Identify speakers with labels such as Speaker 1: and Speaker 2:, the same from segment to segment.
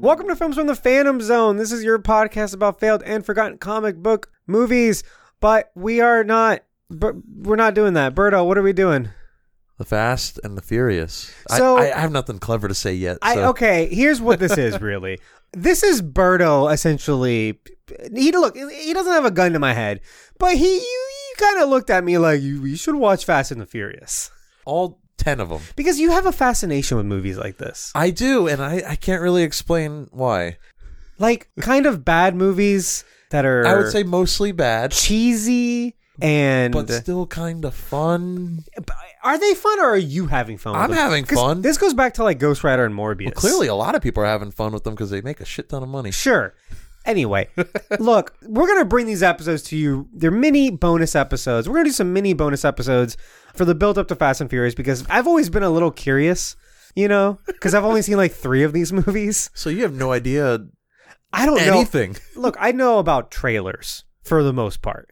Speaker 1: Welcome to Films from the Phantom Zone. This is your podcast about failed and forgotten comic book movies, but we are not. But we're not doing that. Birdo, what are we doing?
Speaker 2: The Fast and the Furious.
Speaker 1: So-
Speaker 2: I, I have nothing clever to say yet.
Speaker 1: I
Speaker 2: so-
Speaker 1: okay. Here's what this is really. This is Birdo essentially. He look. He doesn't have a gun to my head, but he you, you kind of looked at me like you, you should watch Fast and the Furious
Speaker 2: All ten of them.
Speaker 1: because you have a fascination with movies like this,
Speaker 2: I do, and I, I can't really explain why.
Speaker 1: like kind of bad movies that are
Speaker 2: I would say mostly bad,
Speaker 1: cheesy and
Speaker 2: but still kind of fun.
Speaker 1: Are they fun or are you having fun? with
Speaker 2: I'm
Speaker 1: them?
Speaker 2: having
Speaker 1: 'Cause
Speaker 2: fun.
Speaker 1: This goes back to like Ghost Rider and Morbius.
Speaker 2: Well, clearly, a lot of people are having fun with them because they make a shit ton of money.
Speaker 1: Sure. Anyway, look, we're going to bring these episodes to you. They're mini bonus episodes. We're going to do some mini bonus episodes for the build up to Fast and Furious because I've always been a little curious, you know, because I've only seen like three of these movies.
Speaker 2: So you have no idea
Speaker 1: I
Speaker 2: Oh,
Speaker 1: don't know.
Speaker 2: anything.
Speaker 1: Look, I know about trailers for the most part.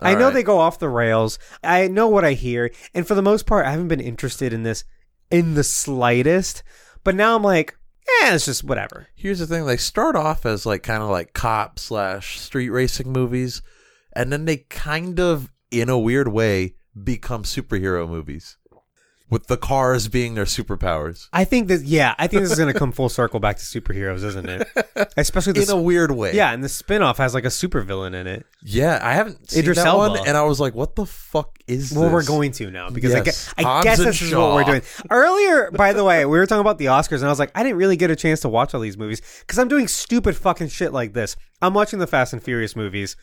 Speaker 1: I
Speaker 2: All
Speaker 1: know
Speaker 2: right.
Speaker 1: they go off the rails. I know what I hear. And for the most part, I haven't been interested in this in the slightest. But now I'm like, eh, it's just whatever.
Speaker 2: Here's the thing: they start off as like kind of like cop slash street racing movies, and then they kind of, in a weird way, become superhero movies, with the cars being their superpowers.
Speaker 1: I think that, yeah, I think this is going to come full circle back to superheroes, isn't it? Especially the.
Speaker 2: in a weird way.
Speaker 1: yeah, and the spinoff has like a supervillain in it.
Speaker 2: yeah. I haven't seen
Speaker 1: Idris
Speaker 2: that
Speaker 1: Elba.
Speaker 2: one, and I was like, "What the fuck is
Speaker 1: Well,
Speaker 2: this?"
Speaker 1: we're going to now because I guess,
Speaker 2: Yes.
Speaker 1: I
Speaker 2: Hobbs
Speaker 1: guess
Speaker 2: and
Speaker 1: this is what we're
Speaker 2: Shaw.
Speaker 1: doing. Earlier, by the way, we were talking about the Oscars, and I was like, I didn't really get a chance to watch all these movies because I'm doing stupid fucking shit like this. I'm watching the Fast and Furious movies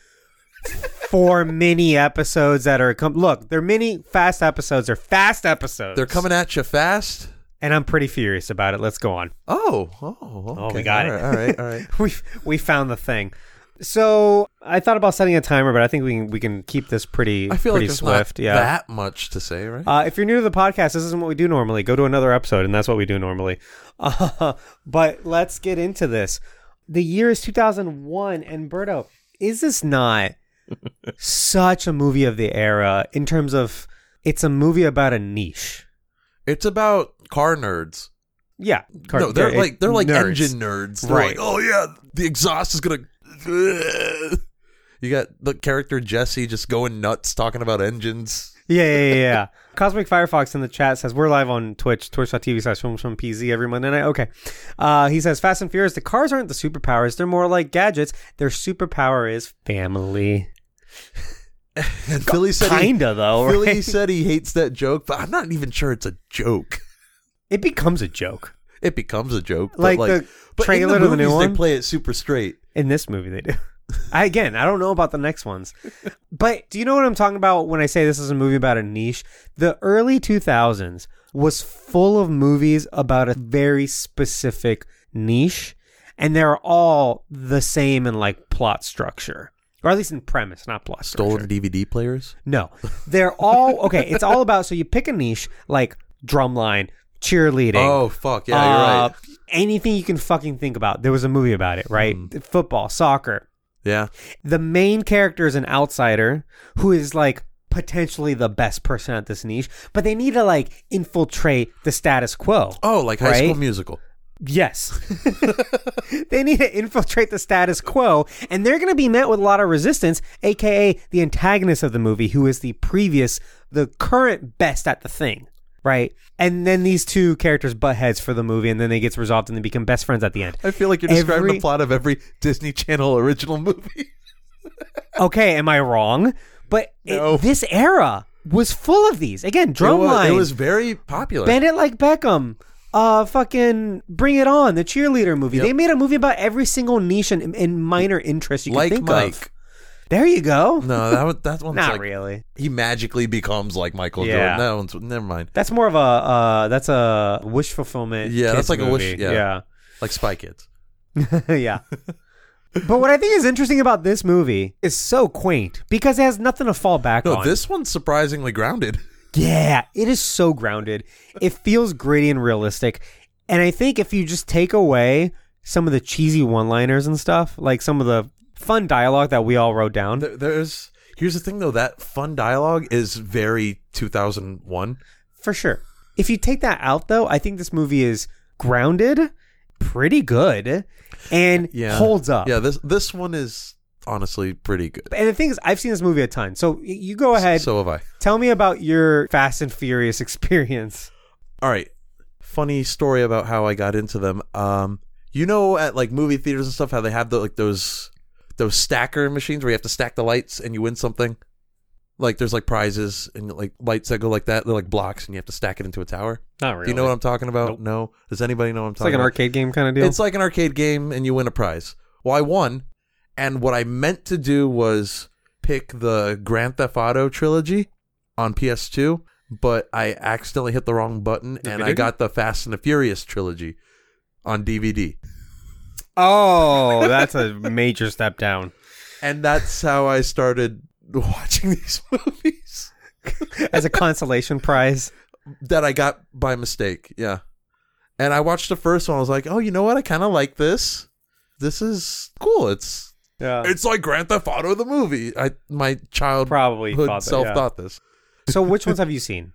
Speaker 1: for mini episodes that are come. Look, they're mini fast episodes. They're fast episodes.
Speaker 2: They're coming at you fast.
Speaker 1: and I'm pretty furious about it. Let's go on.
Speaker 2: Oh, oh, okay.
Speaker 1: we got
Speaker 2: all
Speaker 1: it.
Speaker 2: right, all right, all right.
Speaker 1: We we found the thing. So I thought about setting a timer, but I think we can we can keep this pretty
Speaker 2: I feel
Speaker 1: pretty
Speaker 2: like there's
Speaker 1: swift.
Speaker 2: not
Speaker 1: yeah.
Speaker 2: that much to say, right?
Speaker 1: Uh, if you're new to the podcast, this isn't what we do normally. Go to another episode, and that's what we do normally. Uh, but let's get into this. The year is 2001, and Berto, is this not such a movie of the era in terms of it's a movie about a niche?
Speaker 2: it's about car nerds.
Speaker 1: Yeah, car-
Speaker 2: no, they're
Speaker 1: it-
Speaker 2: like they're like
Speaker 1: nerds.
Speaker 2: engine nerds. They're
Speaker 1: Right.
Speaker 2: like, oh yeah, the exhaust is gonna. You got the character Jesse just going nuts talking about engines.
Speaker 1: Yeah, yeah, yeah, yeah. Cosmic Firefox in the chat says we're live on Twitch, twitch.tv slash films from PZ every Monday night. Okay. Uh, he says Fast and Furious, the cars aren't the superpowers, they're more like gadgets. Their superpower is family.
Speaker 2: And Philly said he-
Speaker 1: Kinda though.
Speaker 2: Philly
Speaker 1: right?
Speaker 2: said he hates that joke, but I'm not even sure it's a joke.
Speaker 1: It becomes a joke.
Speaker 2: it becomes a joke. But
Speaker 1: Like
Speaker 2: like,
Speaker 1: the
Speaker 2: but
Speaker 1: trailer
Speaker 2: in
Speaker 1: to
Speaker 2: the
Speaker 1: the new
Speaker 2: movies,
Speaker 1: one?
Speaker 2: They play it super straight.
Speaker 1: In this movie they do. I, again, I don't know about the next ones. But do you know what I'm talking about when I say this is a movie about a niche? The early 2000s was full of movies about a very specific niche, and they're all the same in like plot structure, or at least in premise, not plot structure.
Speaker 2: Stolen DVD players.
Speaker 1: No, they're all okay. It's all about so you pick a niche like drumline, cheerleading.
Speaker 2: Oh fuck! Yeah, you're
Speaker 1: uh,
Speaker 2: right.
Speaker 1: Anything you can fucking think about. There was a movie about it, right?
Speaker 2: Hmm.
Speaker 1: Football, soccer.
Speaker 2: Yeah,
Speaker 1: The main character is an outsider who is like potentially the best person at this niche, but they need to like infiltrate the status quo.
Speaker 2: Oh, like High School
Speaker 1: Right?
Speaker 2: Musical.
Speaker 1: Yes. they need to infiltrate the status quo, and they're going to be met with a lot of resistance, aka the antagonist of the movie, who is the previous, the current best at the thing, right? And then these two characters butt heads for the movie, and then it gets resolved, and they become best friends at the end.
Speaker 2: I feel like you're describing
Speaker 1: Every-
Speaker 2: the plot of every Disney Channel original movie.
Speaker 1: Okay, am I wrong? But it-
Speaker 2: No.
Speaker 1: this era was full of these. Again,
Speaker 2: it, was,
Speaker 1: drumline.
Speaker 2: it was very popular.
Speaker 1: Bend it like Beckham. Uh, fucking Bring It On, the cheerleader movie. They made a movie about every single niche and, and minor interest you could
Speaker 2: like
Speaker 1: think
Speaker 2: Mike.
Speaker 1: of. There you go.
Speaker 2: No, that one, that one's
Speaker 1: Not
Speaker 2: like
Speaker 1: really.
Speaker 2: he magically becomes like Michael
Speaker 1: Yeah.
Speaker 2: Jordan. That one's never mind.
Speaker 1: That's more of a uh, that's a wish fulfillment.
Speaker 2: Yeah, that's
Speaker 1: kids
Speaker 2: like a wish-
Speaker 1: movie.
Speaker 2: yeah. Like Spy Kids.
Speaker 1: yeah. Yeah. But what I think is interesting about this movie is so quaint because it has nothing to fall back
Speaker 2: No,
Speaker 1: on.
Speaker 2: this one's surprisingly grounded.
Speaker 1: Yeah, it is so grounded. It feels gritty and realistic. And I think if you just take away some of the cheesy one liners and stuff, like some of the fun dialogue that we all wrote down,
Speaker 2: There, there's here's the thing though. That fun dialogue is very 2001.
Speaker 1: for sure. If you take that out, though, I think this movie is grounded pretty good and
Speaker 2: Yeah.
Speaker 1: holds up.
Speaker 2: Yeah, this this one is honestly pretty good.
Speaker 1: And the thing is, I've seen this movie a ton. So y- you go ahead,
Speaker 2: So have I.
Speaker 1: tell me about your Fast and Furious experience.
Speaker 2: All right. Funny story about how I got into them. Um, you know, at like movie theaters and stuff, how they have the like those those stacker machines where you have to stack the lights and you win something. Like there's like prizes and like lights that go like that. They're like blocks and you have to stack it into a tower.
Speaker 1: Not really.
Speaker 2: Do you know what I'm talking about?
Speaker 1: Nope.
Speaker 2: No. Does anybody know what I'm
Speaker 1: it's
Speaker 2: talking
Speaker 1: like an
Speaker 2: about?
Speaker 1: arcade game kind of deal.
Speaker 2: It's like an arcade game, and you win a prize. Well, I won, and what I meant to do was pick the Grand Theft Auto trilogy on PS2, but I accidentally hit the wrong button, and I
Speaker 1: didn't?
Speaker 2: got the Fast and the Furious trilogy on DVD.
Speaker 1: oh, that's a major step down.
Speaker 2: And that's how I started watching these movies
Speaker 1: As a consolation prize.
Speaker 2: that I got by mistake. Yeah. And I watched the first one. I was like, oh, you know what? I kind of like this. This is cool. It's
Speaker 1: Yeah.
Speaker 2: it's like Grand Theft Auto the movie. I my child
Speaker 1: probably
Speaker 2: Hood
Speaker 1: thought that,
Speaker 2: self
Speaker 1: yeah.
Speaker 2: thought this.
Speaker 1: So which ones have you seen?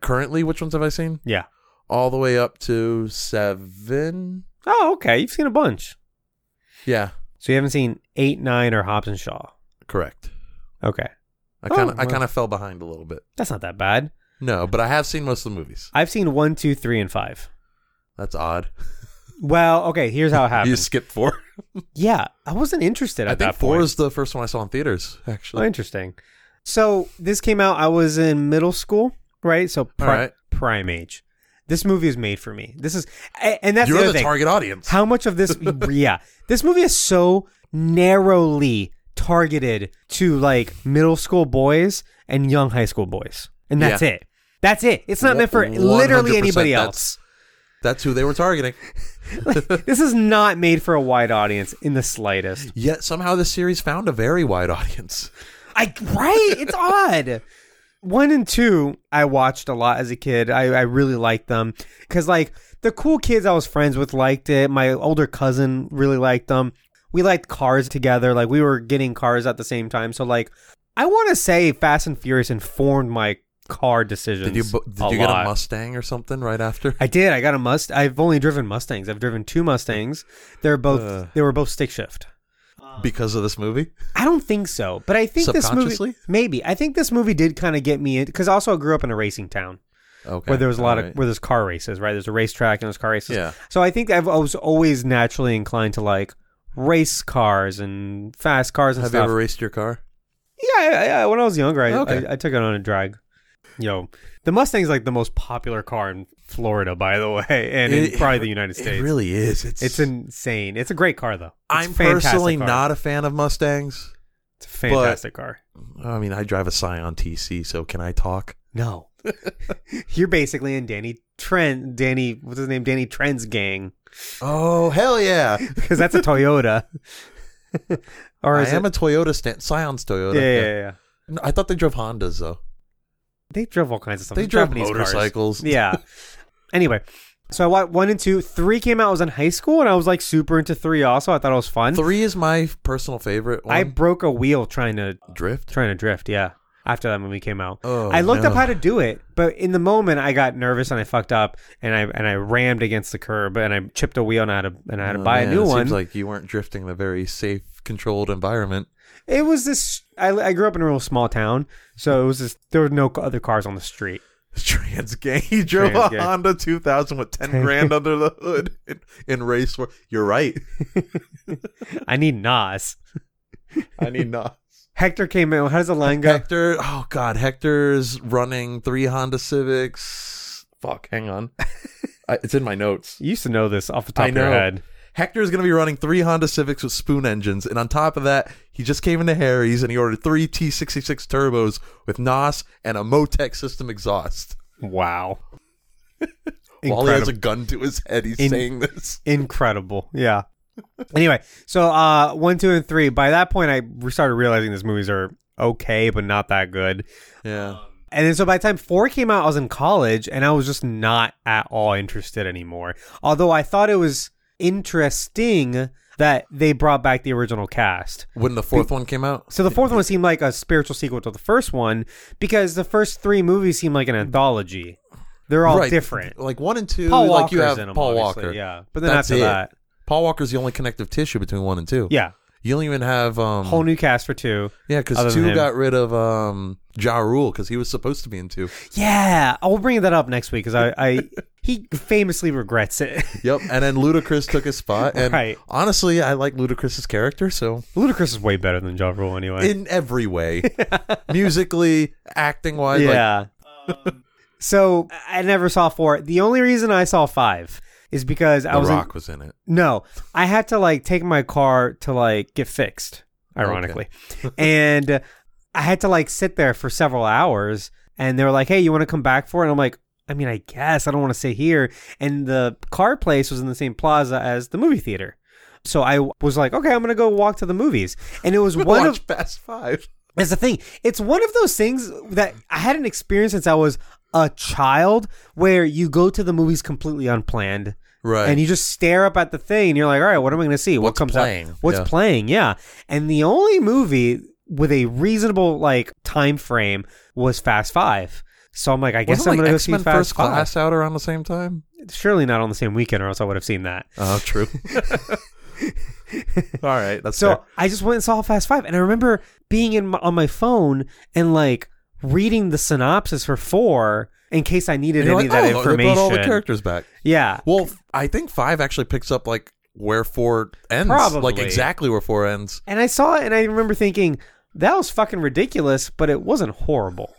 Speaker 2: Currently, which ones have I seen?
Speaker 1: Yeah.
Speaker 2: All the way up to seven.
Speaker 1: Oh, okay. You've seen a bunch.
Speaker 2: Yeah,
Speaker 1: So you haven't seen eight, nine, or Hobbs and Shaw.
Speaker 2: correct.
Speaker 1: Okay,
Speaker 2: I kind
Speaker 1: Oh,
Speaker 2: of I
Speaker 1: wow.
Speaker 2: kind of fell behind a little bit.
Speaker 1: that's not that bad.
Speaker 2: No, but I have seen most of the movies.
Speaker 1: I've seen one, two, three, and five.
Speaker 2: That's odd.
Speaker 1: Well, okay. Here's how it
Speaker 2: You
Speaker 1: happened.
Speaker 2: skipped four.
Speaker 1: Yeah, I wasn't interested at
Speaker 2: I think
Speaker 1: that
Speaker 2: four
Speaker 1: point.
Speaker 2: is the first one I saw in theaters.
Speaker 1: Oh,
Speaker 2: Actually,
Speaker 1: interesting. So this came out. I was in middle school, right? So pri-
Speaker 2: All right.
Speaker 1: prime age. This movie is made for me. This is, a- and that's
Speaker 2: you're
Speaker 1: the
Speaker 2: the,
Speaker 1: other thing.
Speaker 2: target audience.
Speaker 1: How much of this? yeah, this movie is so narrowly targeted to like middle school boys and young high school boys, and that's
Speaker 2: Yeah.
Speaker 1: it. That's it. It's not meant for literally
Speaker 2: 100%.
Speaker 1: anybody else.
Speaker 2: That's- That's who they were targeting.
Speaker 1: this is not made for a wide audience in the slightest.
Speaker 2: Yet somehow the series found a very wide audience.
Speaker 1: I right? It's odd. One and two, I watched a lot as a kid. I, I really liked them because like the cool kids I was friends with liked it. My older cousin really liked them. We liked cars together. Like we were getting cars at the same time. So like, I want to say Fast and Furious informed my car decisions.
Speaker 2: Did you bu- did
Speaker 1: a
Speaker 2: you get
Speaker 1: lot.
Speaker 2: a Mustang or something right after?
Speaker 1: I did. I got a must. I've only driven Mustangs. I've driven two Mustangs. They're both.
Speaker 2: Ugh.
Speaker 1: they were both stick shift. Uh,
Speaker 2: Because of this movie?
Speaker 1: I don't think so, but I think this movie
Speaker 2: Subconsciously?
Speaker 1: maybe. I think this movie did kind of get me in because also I grew up in a racing town
Speaker 2: Okay.
Speaker 1: where there was a lot of
Speaker 2: alright.
Speaker 1: where there's car races, right? There's a racetrack and there's car races.
Speaker 2: Yeah.
Speaker 1: So I think I've, I was always naturally inclined to like race cars and fast cars and
Speaker 2: Have you
Speaker 1: stuff.
Speaker 2: ever raced your car?
Speaker 1: yeah, I, I, when I was younger, I,
Speaker 2: Okay.
Speaker 1: I, I took it on a drag. Yo, the Mustang's like the most popular car in Florida, by the way, and in probably the United States.
Speaker 2: It really is. It's,
Speaker 1: it's insane. It's a great car though. It's
Speaker 2: I'm
Speaker 1: a fantastic
Speaker 2: personally
Speaker 1: car.
Speaker 2: not a fan of Mustangs.
Speaker 1: It's a fantastic car.
Speaker 2: I mean, I drive a Scion TC, so can I talk?
Speaker 1: No. You're basically in Danny Trent, Danny, what's his name? Danny Trent's gang,
Speaker 2: Oh hell yeah!
Speaker 1: because that's a Toyota. or
Speaker 2: I
Speaker 1: is
Speaker 2: am
Speaker 1: it?
Speaker 2: a Toyota stand. Scion's Toyota.
Speaker 1: yeah, yeah, yeah, yeah.
Speaker 2: No, I thought they drove Hondas though.
Speaker 1: They drove all kinds of stuff.
Speaker 2: They drove
Speaker 1: Japanese cars.
Speaker 2: motorcycles.
Speaker 1: Yeah. anyway, so I watched one and two. Three came out. I was in high school, and I was like super into three. Also, I thought it was fun.
Speaker 2: Three is my personal favorite. One.
Speaker 1: I broke a wheel trying to
Speaker 2: drift.
Speaker 1: trying to drift. Yeah. After that movie came out,
Speaker 2: Oh,
Speaker 1: I looked up
Speaker 2: no.
Speaker 1: how to do it, but in the moment I got nervous and I fucked up and I and I rammed against the curb and I chipped a wheel and I had to and I had to
Speaker 2: Oh,
Speaker 1: buy
Speaker 2: man,
Speaker 1: a new
Speaker 2: it
Speaker 1: one.
Speaker 2: Seems like you weren't drifting in a very safe, controlled environment.
Speaker 1: it was this. I, I grew up in a real small town, so it was this. There were no other cars on the street.
Speaker 2: Trans gang. He drove
Speaker 1: Trans
Speaker 2: a
Speaker 1: gang.
Speaker 2: Honda 2000 with 10 grand under the hood in, in race war. You're right.
Speaker 1: I need Nas.
Speaker 2: I need not.
Speaker 1: Hector came in. How does the line go?
Speaker 2: Hector, oh god, Hector's running three Honda Civics. Fuck, hang on. I, it's in my notes.
Speaker 1: You used to know this off the top
Speaker 2: I
Speaker 1: of your
Speaker 2: know.
Speaker 1: head.
Speaker 2: Hector's going to be running three Honda Civics with spoon engines, and on top of that, he just came into Harry's and he ordered three T66 turbos with NOS and a Motec system exhaust.
Speaker 1: Wow.
Speaker 2: While he
Speaker 1: Incredible.
Speaker 2: has a gun to his head, he's
Speaker 1: In-
Speaker 2: saying this.
Speaker 1: Incredible. Yeah. anyway, so uh one, two, and three. By that point, I re- started realizing these movies are okay, but not that good.
Speaker 2: Yeah.
Speaker 1: And then so by the time four came out, I was in college and I was just not at all interested anymore. Although I thought it was interesting that they brought back the original cast.
Speaker 2: When the fourth one came out,
Speaker 1: So the fourth one seemed like a spiritual sequel to the first one because the first three movies seemed like an anthology. They're all
Speaker 2: Right.
Speaker 1: different.
Speaker 2: Like one and two,
Speaker 1: Paul
Speaker 2: like
Speaker 1: Walker's
Speaker 2: you have
Speaker 1: in them,
Speaker 2: Paul
Speaker 1: obviously,
Speaker 2: Walker.
Speaker 1: Yeah, but then
Speaker 2: That's
Speaker 1: after
Speaker 2: it.
Speaker 1: that,
Speaker 2: Paul Walker's the only connective tissue between one and two.
Speaker 1: yeah,
Speaker 2: You don't even have um
Speaker 1: whole new cast for two.
Speaker 2: yeah
Speaker 1: other
Speaker 2: because
Speaker 1: than
Speaker 2: two
Speaker 1: him.
Speaker 2: got rid of um Ja Rule because he was supposed to be in two.
Speaker 1: Yeah, I'll bring that up next week because I, I he famously regrets it.
Speaker 2: Yep, and then Ludacris took his spot. And
Speaker 1: Right.
Speaker 2: honestly, I like Ludacris's character so
Speaker 1: Ludacris is way better than Ja Rule anyway.
Speaker 2: in every way, musically, acting wise. Like,
Speaker 1: yeah. so Um, I I never saw four. The only reason I saw five is because I
Speaker 2: the
Speaker 1: was in-
Speaker 2: Rock was in it.
Speaker 1: no, I had to like take my car to like get fixed, ironically, and uh, I had to like sit there for several hours. And they were like, "Hey, you want to come back for it?" And I'm like, "I mean, I guess I don't want to sit here." And the car place was in the same plaza as the movie theater. So I was like, okay, I'm gonna go walk to the movies, and it was one of
Speaker 2: Watch Fast Five.
Speaker 1: that's the thing. It's one of those things that I had an experience since I was a child where you go to the movies completely unplanned.
Speaker 2: Right.
Speaker 1: And you just stare up at the thing and you're like, all right, what am I going to see? What
Speaker 2: What's
Speaker 1: comes
Speaker 2: playing?
Speaker 1: out? What's
Speaker 2: Yeah.
Speaker 1: playing? Yeah. And the only movie with a reasonable like time frame was Fast Five. So I'm like, I guess
Speaker 2: Wasn't
Speaker 1: I'm going
Speaker 2: like
Speaker 1: to go
Speaker 2: X
Speaker 1: see
Speaker 2: Men
Speaker 1: Fast
Speaker 2: First
Speaker 1: Five.
Speaker 2: Class out around the same time?
Speaker 1: Surely not on the same weekend or else I would have seen that.
Speaker 2: Oh, true. All right, that's
Speaker 1: So
Speaker 2: so.
Speaker 1: I just went and saw Fast Five, and I remember being in my, on my phone and like reading the synopsis for four in case I needed any of that
Speaker 2: "Oh, They brought all the
Speaker 1: information.
Speaker 2: characters back.
Speaker 1: yeah,
Speaker 2: Well, f- I think five actually picks up like where four ends, like
Speaker 1: Probably.
Speaker 2: exactly where four ends.
Speaker 1: and I saw it, and I remember thinking that was fucking ridiculous, but it wasn't horrible.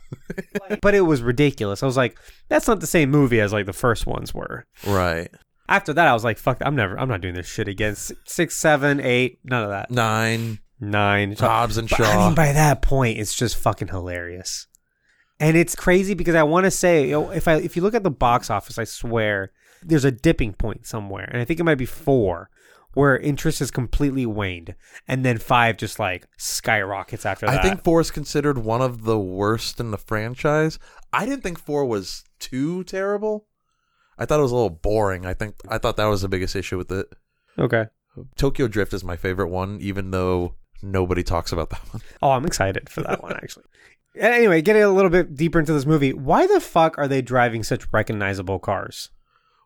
Speaker 1: but it was ridiculous. I was like, that's not the same movie as like the first ones were.
Speaker 2: Right,
Speaker 1: After that, I was like, fuck, I'm never, I'm not doing this shit again. S- Six, seven, eight, none of that.
Speaker 2: nine,
Speaker 1: Nine.
Speaker 2: Hobbs and
Speaker 1: But,
Speaker 2: Shaw.
Speaker 1: I mean, by that point, it's just fucking hilarious, and it's crazy because I want to say, you know, if I if you look at the box office, I swear there's a dipping point somewhere, and I think it might be four, where interest is completely waned, and then five just like skyrockets after that.
Speaker 2: I think four is considered one of the worst in the franchise. I didn't think four was too terrible. I thought it was a little boring. I think I thought that was the biggest issue with it.
Speaker 1: okay.
Speaker 2: Tokyo Drift is my favorite one, even though nobody talks about that one.
Speaker 1: Oh, I'm excited for that one actually. Anyway, getting a little bit deeper into this movie, why the fuck are they driving such recognizable cars?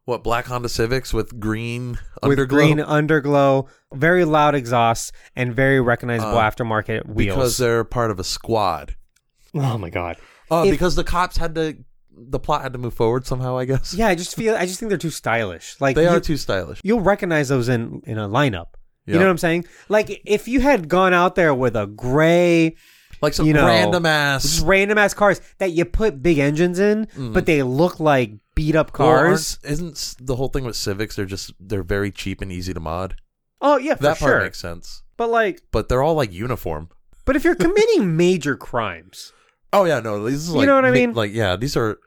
Speaker 2: What black Honda Civics with green
Speaker 1: With
Speaker 2: underglow?
Speaker 1: green underglow, very loud exhausts, and very recognizable
Speaker 2: Uh,
Speaker 1: aftermarket wheels.
Speaker 2: because they're part of a squad.
Speaker 1: Oh my god.
Speaker 2: Uh,
Speaker 1: If-
Speaker 2: because the cops had to, the plot had to move forward somehow. I guess
Speaker 1: Yeah, I just feel I just think they're too stylish. Like
Speaker 2: they
Speaker 1: you,
Speaker 2: are too stylish.
Speaker 1: you'll recognize those in in a lineup. You
Speaker 2: Yeah.
Speaker 1: know what I'm saying? Like if you had gone out there with a gray,
Speaker 2: Like some
Speaker 1: you know,
Speaker 2: random ass
Speaker 1: just random ass cars that you put big engines in, but they look like beat up
Speaker 2: Well, Mm-hmm. aren't-
Speaker 1: cars.
Speaker 2: isn't s- the whole thing with Civics? They're just they're very cheap and easy to mod.
Speaker 1: Oh yeah, for
Speaker 2: That part
Speaker 1: sure.
Speaker 2: makes sense.
Speaker 1: But like,
Speaker 2: But they're all like uniform.
Speaker 1: but if you're committing major crimes,
Speaker 2: Oh yeah, no, these is
Speaker 1: You
Speaker 2: like
Speaker 1: know what I
Speaker 2: mi-
Speaker 1: mean?
Speaker 2: Like yeah, these are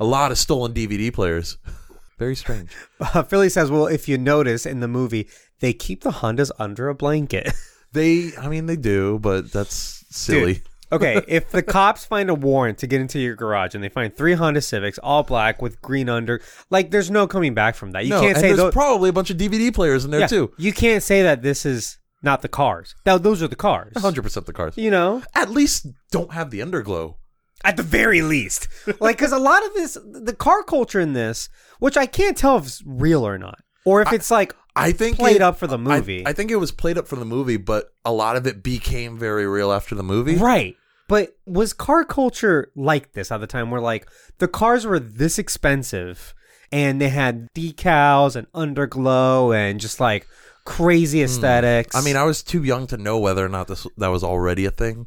Speaker 2: a lot of stolen DVD players. Very strange.
Speaker 1: uh, Philly says, well, if you notice in the movie, they keep the Hondas under a blanket.
Speaker 2: they, I mean, they do, but that's silly.
Speaker 1: Dude, okay, if the cops find a warrant to get into your garage and they find three Honda Civics, all black with green under, like there's no coming back from that. You
Speaker 2: no,
Speaker 1: can't
Speaker 2: and
Speaker 1: say
Speaker 2: there's
Speaker 1: those.
Speaker 2: probably a bunch of DVD players in there
Speaker 1: yeah,
Speaker 2: too.
Speaker 1: You can't say that this is not the cars. Now those are the cars.
Speaker 2: Hundred percent the cars.
Speaker 1: You know,
Speaker 2: At least don't have the underglow.
Speaker 1: at the very least, like because a lot of this, the car culture in this, which I can't tell if it's real or not, or if it's like
Speaker 2: I think
Speaker 1: played
Speaker 2: it-
Speaker 1: up for the
Speaker 2: I-
Speaker 1: movie,
Speaker 2: I, think it was played up for the movie, but a lot of it became very real after the movie.
Speaker 1: right. But was car culture like this at the time where like the cars were this expensive and they had decals and underglow and just like crazy aesthetics?
Speaker 2: Hmm. I mean, I was too young to know whether or not this that was already a thing.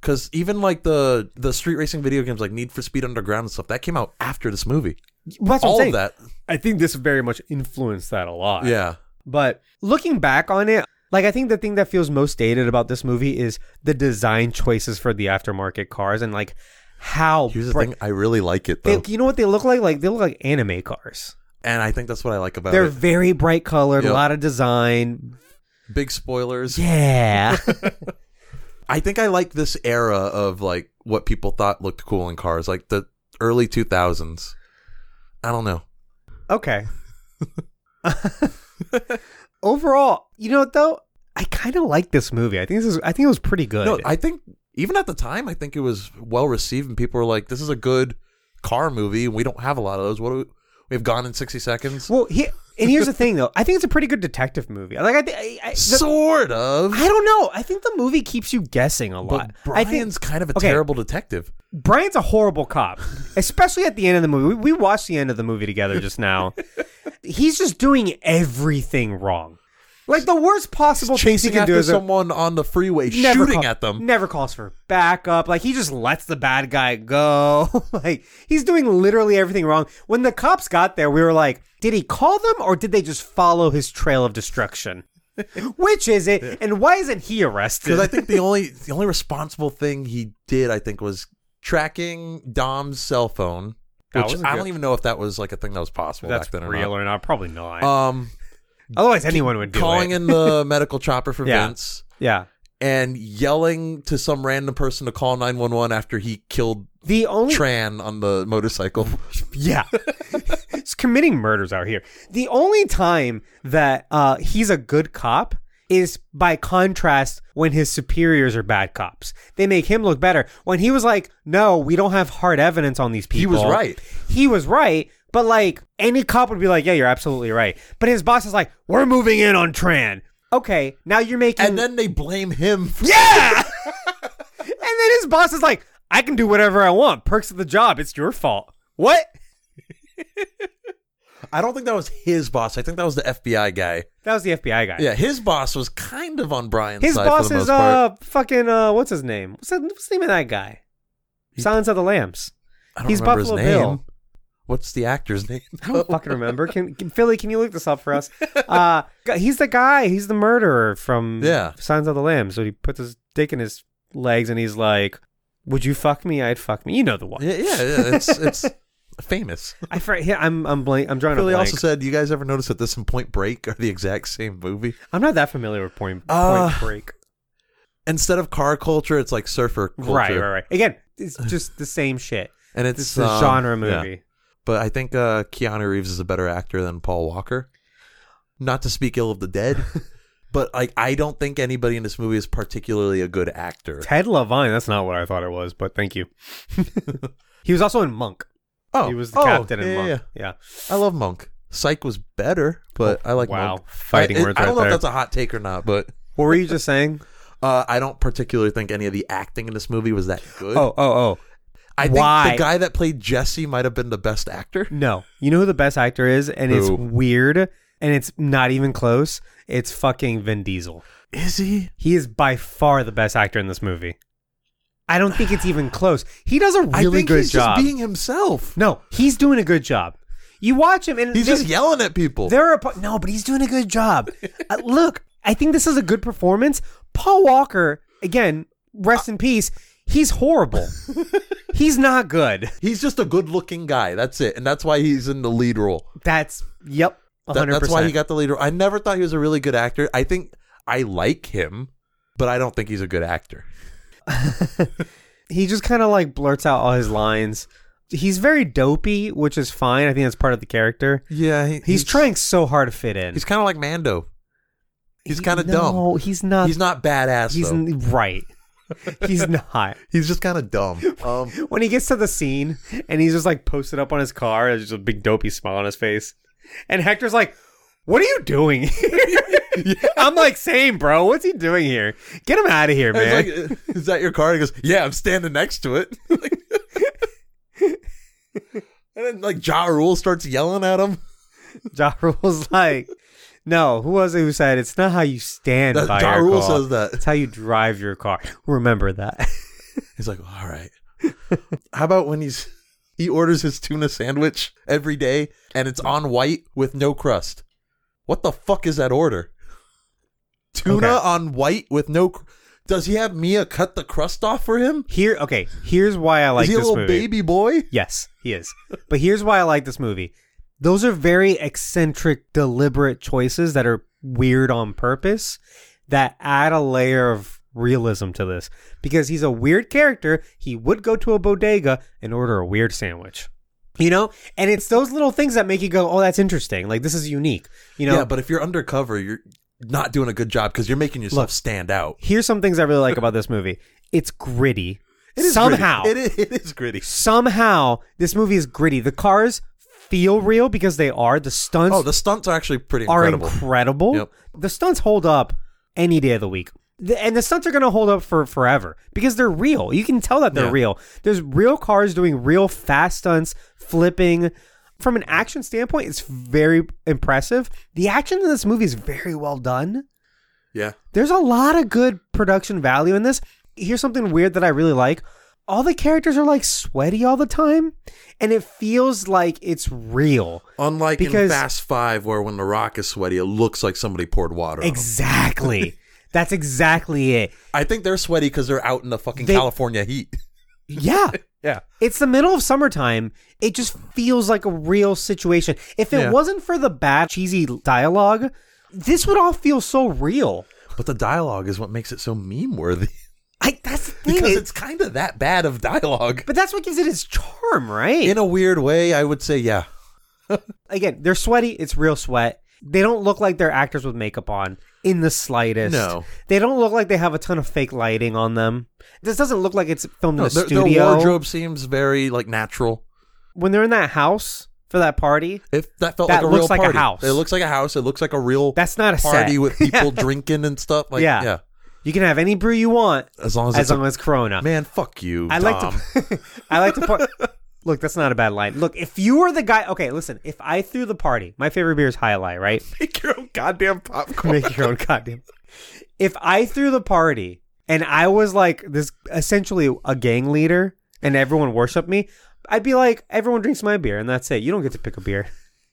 Speaker 2: Because even like the the street racing video games, like Need for Speed Underground and stuff, that came out after this movie.
Speaker 1: that's what I'm
Speaker 2: All
Speaker 1: saying.
Speaker 2: of that,
Speaker 1: I think this very much influenced that a lot.
Speaker 2: yeah.
Speaker 1: But looking back on it, like I think the thing that feels most dated about this movie is the design choices for the aftermarket cars and like how
Speaker 2: Here's the
Speaker 1: bright-
Speaker 2: thing: I really like it though,
Speaker 1: they, you know what they look like? Like they look like anime cars.
Speaker 2: and I think that's what I like about
Speaker 1: They're
Speaker 2: it.
Speaker 1: very bright colored,
Speaker 2: Yep.
Speaker 1: a lot of design.
Speaker 2: Big spoilers.
Speaker 1: Yeah.
Speaker 2: I think I like this era of like what people thought looked cool in cars, like the early two thousands. I don't know.
Speaker 1: okay. Overall, you know what though? I kind of like this movie. I think this is I think it was pretty good.
Speaker 2: No, I think even at the time, I think it was well received, and people were like, "This is a good car movie, and we don't have a lot of those. What do we? We've gone in sixty seconds.
Speaker 1: Well, he, and here's the thing though. I think it's a pretty good detective movie. Like I, thi- I, I, the-
Speaker 2: sort of.
Speaker 1: I don't know. I think the movie keeps you guessing a lot.
Speaker 2: but
Speaker 1: I
Speaker 2: Brian's
Speaker 1: think
Speaker 2: kind of a
Speaker 1: okay.
Speaker 2: terrible detective.
Speaker 1: Brian's a horrible cop, especially at the end of the movie. We, we watched the end of the movie together just now. He's just doing everything wrong. Like the worst possible things he
Speaker 2: Chasing
Speaker 1: can do
Speaker 2: after
Speaker 1: is a-
Speaker 2: someone on the freeway,
Speaker 1: never
Speaker 2: shooting
Speaker 1: call-
Speaker 2: at them.
Speaker 1: Never calls for backup. Like he just lets the bad guy go. like he's doing literally everything wrong. When the cops got there, we were like, did he call them or did they just follow his trail of destruction? Which is it? And why isn't he arrested?
Speaker 2: Because I think the only the only responsible thing he did, I think, was tracking Dom's cell phone.
Speaker 1: That
Speaker 2: Which
Speaker 1: wasn't
Speaker 2: I
Speaker 1: good.
Speaker 2: don't even know if that was like a thing that was possible
Speaker 1: that's
Speaker 2: back then or
Speaker 1: real
Speaker 2: not.
Speaker 1: or not? Probably not.
Speaker 2: Um,
Speaker 1: Otherwise, anyone would do
Speaker 2: calling
Speaker 1: it.
Speaker 2: in the medical chopper for
Speaker 1: Yeah.
Speaker 2: Vince
Speaker 1: Yeah.
Speaker 2: and yelling to some random person to call nine one one after he killed
Speaker 1: The only
Speaker 2: Tran on the motorcycle.
Speaker 1: Yeah. He's committing murders out here. The only time that uh, he's a good cop is by contrast when his superiors are bad cops. They make him look better. When he was like, no, we don't have hard evidence on these people.
Speaker 2: was right.
Speaker 1: He was right. But like any cop would be like, yeah, you're absolutely right. But his boss is like, we're moving in on Tran. Okay, now you're making.
Speaker 2: And then they blame him. For-
Speaker 1: yeah! and then his boss is like, I can do whatever I want. Perks of the job. It's your fault. What?
Speaker 2: I don't think that was his boss. I think that was the FBI guy.
Speaker 1: That was the FBI guy.
Speaker 2: Yeah, his boss was kind of on Brian's
Speaker 1: His
Speaker 2: side
Speaker 1: boss
Speaker 2: for the most
Speaker 1: is
Speaker 2: part.
Speaker 1: uh fucking uh what's his name? What's, that, what's the name of that guy? Silence of the Lambs.
Speaker 2: I don't
Speaker 1: he's
Speaker 2: remember
Speaker 1: Buffalo
Speaker 2: his name.
Speaker 1: Bill.
Speaker 2: What's the actor's name?
Speaker 1: I don't fucking remember. Can, can Philly? Can you look this up for us? Uh, g- he's the guy. He's the murderer from
Speaker 2: Yeah.
Speaker 1: Signs of the Lambs. So he puts his dick in his legs and he's like, "Would you fuck me? I'd fuck me." You know the one.
Speaker 2: Yeah, yeah, yeah, it's it's famous.
Speaker 1: I fr- yeah, I'm I'm blank. I'm drawing
Speaker 2: Billy
Speaker 1: a blank.
Speaker 2: also said, "You guys ever notice that this and Point Break are the exact same movie?
Speaker 1: I'm not that familiar with Point, point
Speaker 2: Uh,
Speaker 1: Break.
Speaker 2: Instead of car culture, it's like surfer culture,
Speaker 1: Right, right, right. Again, it's just the same shit.
Speaker 2: And it's
Speaker 1: This is a
Speaker 2: um,
Speaker 1: genre
Speaker 2: yeah.
Speaker 1: movie.
Speaker 2: But I think uh, Keanu Reeves is a better actor than Paul Walker. Not to speak ill of the dead, but like I don't think anybody in this movie is particularly a good actor.
Speaker 1: Ted Levine. That's not what I thought it was, but thank you. he was also in Monk.
Speaker 2: Oh,
Speaker 1: he was the
Speaker 2: oh,
Speaker 1: captain in
Speaker 2: yeah,
Speaker 1: Monk.
Speaker 2: yeah,
Speaker 1: Yeah,
Speaker 2: yeah. I love Monk. Psych was better, but I like
Speaker 1: Oh, wow.
Speaker 2: Monk.
Speaker 1: Fighting
Speaker 2: I,
Speaker 1: words
Speaker 2: I don't
Speaker 1: right
Speaker 2: know
Speaker 1: there.
Speaker 2: if that's a hot take or not, but
Speaker 1: What were you just saying?
Speaker 2: uh, I don't particularly think any of the acting in this movie was that good.
Speaker 1: oh, oh, oh.
Speaker 2: I think
Speaker 1: Why?
Speaker 2: the guy that played Jesse might have been the best actor.
Speaker 1: No. You know who the best actor is, and it's
Speaker 2: Who?
Speaker 1: weird, and it's not even close. It's fucking Vin Diesel.
Speaker 2: Is he?
Speaker 1: He is by far the best actor in this movie. I don't think it's even close. He does a really
Speaker 2: I think
Speaker 1: good
Speaker 2: he's
Speaker 1: job.
Speaker 2: just being himself.
Speaker 1: no, he's doing a good job. You watch him, and
Speaker 2: He's
Speaker 1: there-
Speaker 2: just yelling at people.
Speaker 1: There are pa- no, but he's doing a good job. Uh, look, I think this is a good performance. Paul Walker, again, rest in peace. He's horrible. he's not good.
Speaker 2: He's just a good-looking guy. That's it, and that's why he's in the lead role.
Speaker 1: That's yep,
Speaker 2: That-
Speaker 1: hundred
Speaker 2: that's why he
Speaker 1: percent.
Speaker 2: got the lead role. I never thought he was a really good actor. I think I like him, but I don't think he's a good actor.
Speaker 1: He just kind of like blurts out all his lines. He's very dopey, which is fine. I think that's part of the character.
Speaker 2: Yeah,
Speaker 1: He's, trying so hard to fit in.
Speaker 2: He's kind of like Mando. He's
Speaker 1: He-
Speaker 2: kind of dumb.
Speaker 1: No, he's not.
Speaker 2: He's not badass.
Speaker 1: He's
Speaker 2: Uh, He's though.
Speaker 1: n- right. he's not.
Speaker 2: he's just kind of dumb. Um,
Speaker 1: when he gets to the scene and he's just like posted up on his car, there's just a big dopey smile on his face. And Hector's like, What are you doing? I'm like, same, bro. What's he doing here? Get him out of here,
Speaker 2: I
Speaker 1: man.
Speaker 2: was like, "Uh, is that your car? He goes, yeah, I'm standing next to it. Like- and then like Ja Rule starts yelling at him.
Speaker 1: ja Rule's like, No, who was it who said it's not how you stand
Speaker 2: That,
Speaker 1: by
Speaker 2: ja
Speaker 1: your
Speaker 2: Rule
Speaker 1: car.
Speaker 2: says that.
Speaker 1: It's how you drive your car. Remember that.
Speaker 2: He's like, all right. How about when he's he orders his tuna sandwich every day and it's on white with no crust? What the fuck is that order? Tuna
Speaker 1: Okay.
Speaker 2: on white with no. Cr- Does he have Mia cut the crust off for him?
Speaker 1: Here okay, here's why I like
Speaker 2: is he a
Speaker 1: this
Speaker 2: little
Speaker 1: movie.
Speaker 2: baby boy?
Speaker 1: Yes, he is. But here's why I like this movie. Those are very eccentric, deliberate choices that are weird on purpose that add a layer of realism to this. Because he's a weird character, he would go to a bodega and order a weird sandwich. You know? And it's those little things that make you go, "Oh, that's interesting. Like this is unique." You know?
Speaker 2: yeah, but if you're undercover, you're not doing a good job because you're making yourself
Speaker 1: Look.
Speaker 2: stand out.
Speaker 1: Here's some things I really like about this movie. It's gritty.
Speaker 2: It is
Speaker 1: Somehow.
Speaker 2: gritty. It, is, it is gritty.
Speaker 1: Somehow, this movie is gritty. The cars feel real because they are. The stunts
Speaker 2: Oh, the stunts are actually pretty
Speaker 1: are
Speaker 2: incredible.
Speaker 1: incredible.
Speaker 2: Yep.
Speaker 1: The stunts hold up any day of the week. The- and the stunts are going to hold up for forever because they're real. You can tell that they're
Speaker 2: Yeah.
Speaker 1: real. There's real cars doing real fast stunts, flipping. From an action standpoint, it's very impressive. The action in this movie is very well done.
Speaker 2: yeah.
Speaker 1: There's a lot of good production value in this. Here's something weird that I really like. All the characters are like sweaty all the time, and it feels like it's real.
Speaker 2: Unlike in
Speaker 1: Because-
Speaker 2: Fast Five, where when the Rock is sweaty, it looks like somebody poured water. on him.
Speaker 1: Exactly. That's exactly it.
Speaker 2: I think they're sweaty because they're out in the fucking
Speaker 1: They-
Speaker 2: California heat.
Speaker 1: Yeah.
Speaker 2: Yeah.
Speaker 1: It's the middle of summertime. It just feels like a real situation. If it
Speaker 2: Yeah.
Speaker 1: wasn't for the bad, cheesy dialogue, this would all feel so real.
Speaker 2: But the dialogue is what makes it so meme worthy
Speaker 1: I that's the thing.
Speaker 2: because
Speaker 1: it-
Speaker 2: it's kind of that bad of dialogue.
Speaker 1: but that's what gives it its charm, right?
Speaker 2: In a weird way, I would say, yeah.
Speaker 1: Again, they're sweaty. It's real sweat. They don't look like they're actors with makeup on in the slightest.
Speaker 2: No.
Speaker 1: They don't look like they have a ton of fake lighting on them. This doesn't look like it's filmed
Speaker 2: No,
Speaker 1: in a
Speaker 2: their,
Speaker 1: studio.
Speaker 2: their wardrobe seems very like natural.
Speaker 1: When they're in that house for that party,
Speaker 2: If that felt
Speaker 1: That
Speaker 2: like a
Speaker 1: looks
Speaker 2: real
Speaker 1: like a
Speaker 2: party.
Speaker 1: house.
Speaker 2: It looks like a house. It looks like a real
Speaker 1: That's not a
Speaker 2: party
Speaker 1: set.
Speaker 2: with people drinking and stuff. Like yeah.
Speaker 1: Yeah. you can have any brew you want
Speaker 2: As long as,
Speaker 1: as
Speaker 2: it's a-
Speaker 1: long as Corona.
Speaker 2: man, fuck you.
Speaker 1: I like to. I like to. Par- Look, that's not a bad line. Look, if you were the guy, okay, listen. If I threw the party, my favorite beer is Highlight, right?
Speaker 2: make your own goddamn popcorn.
Speaker 1: Make your own goddamn. If I threw the party and I was like this, essentially a gang leader, and everyone worshipped me, I'd be like, everyone drinks my beer, and that's it. You don't get to pick a beer.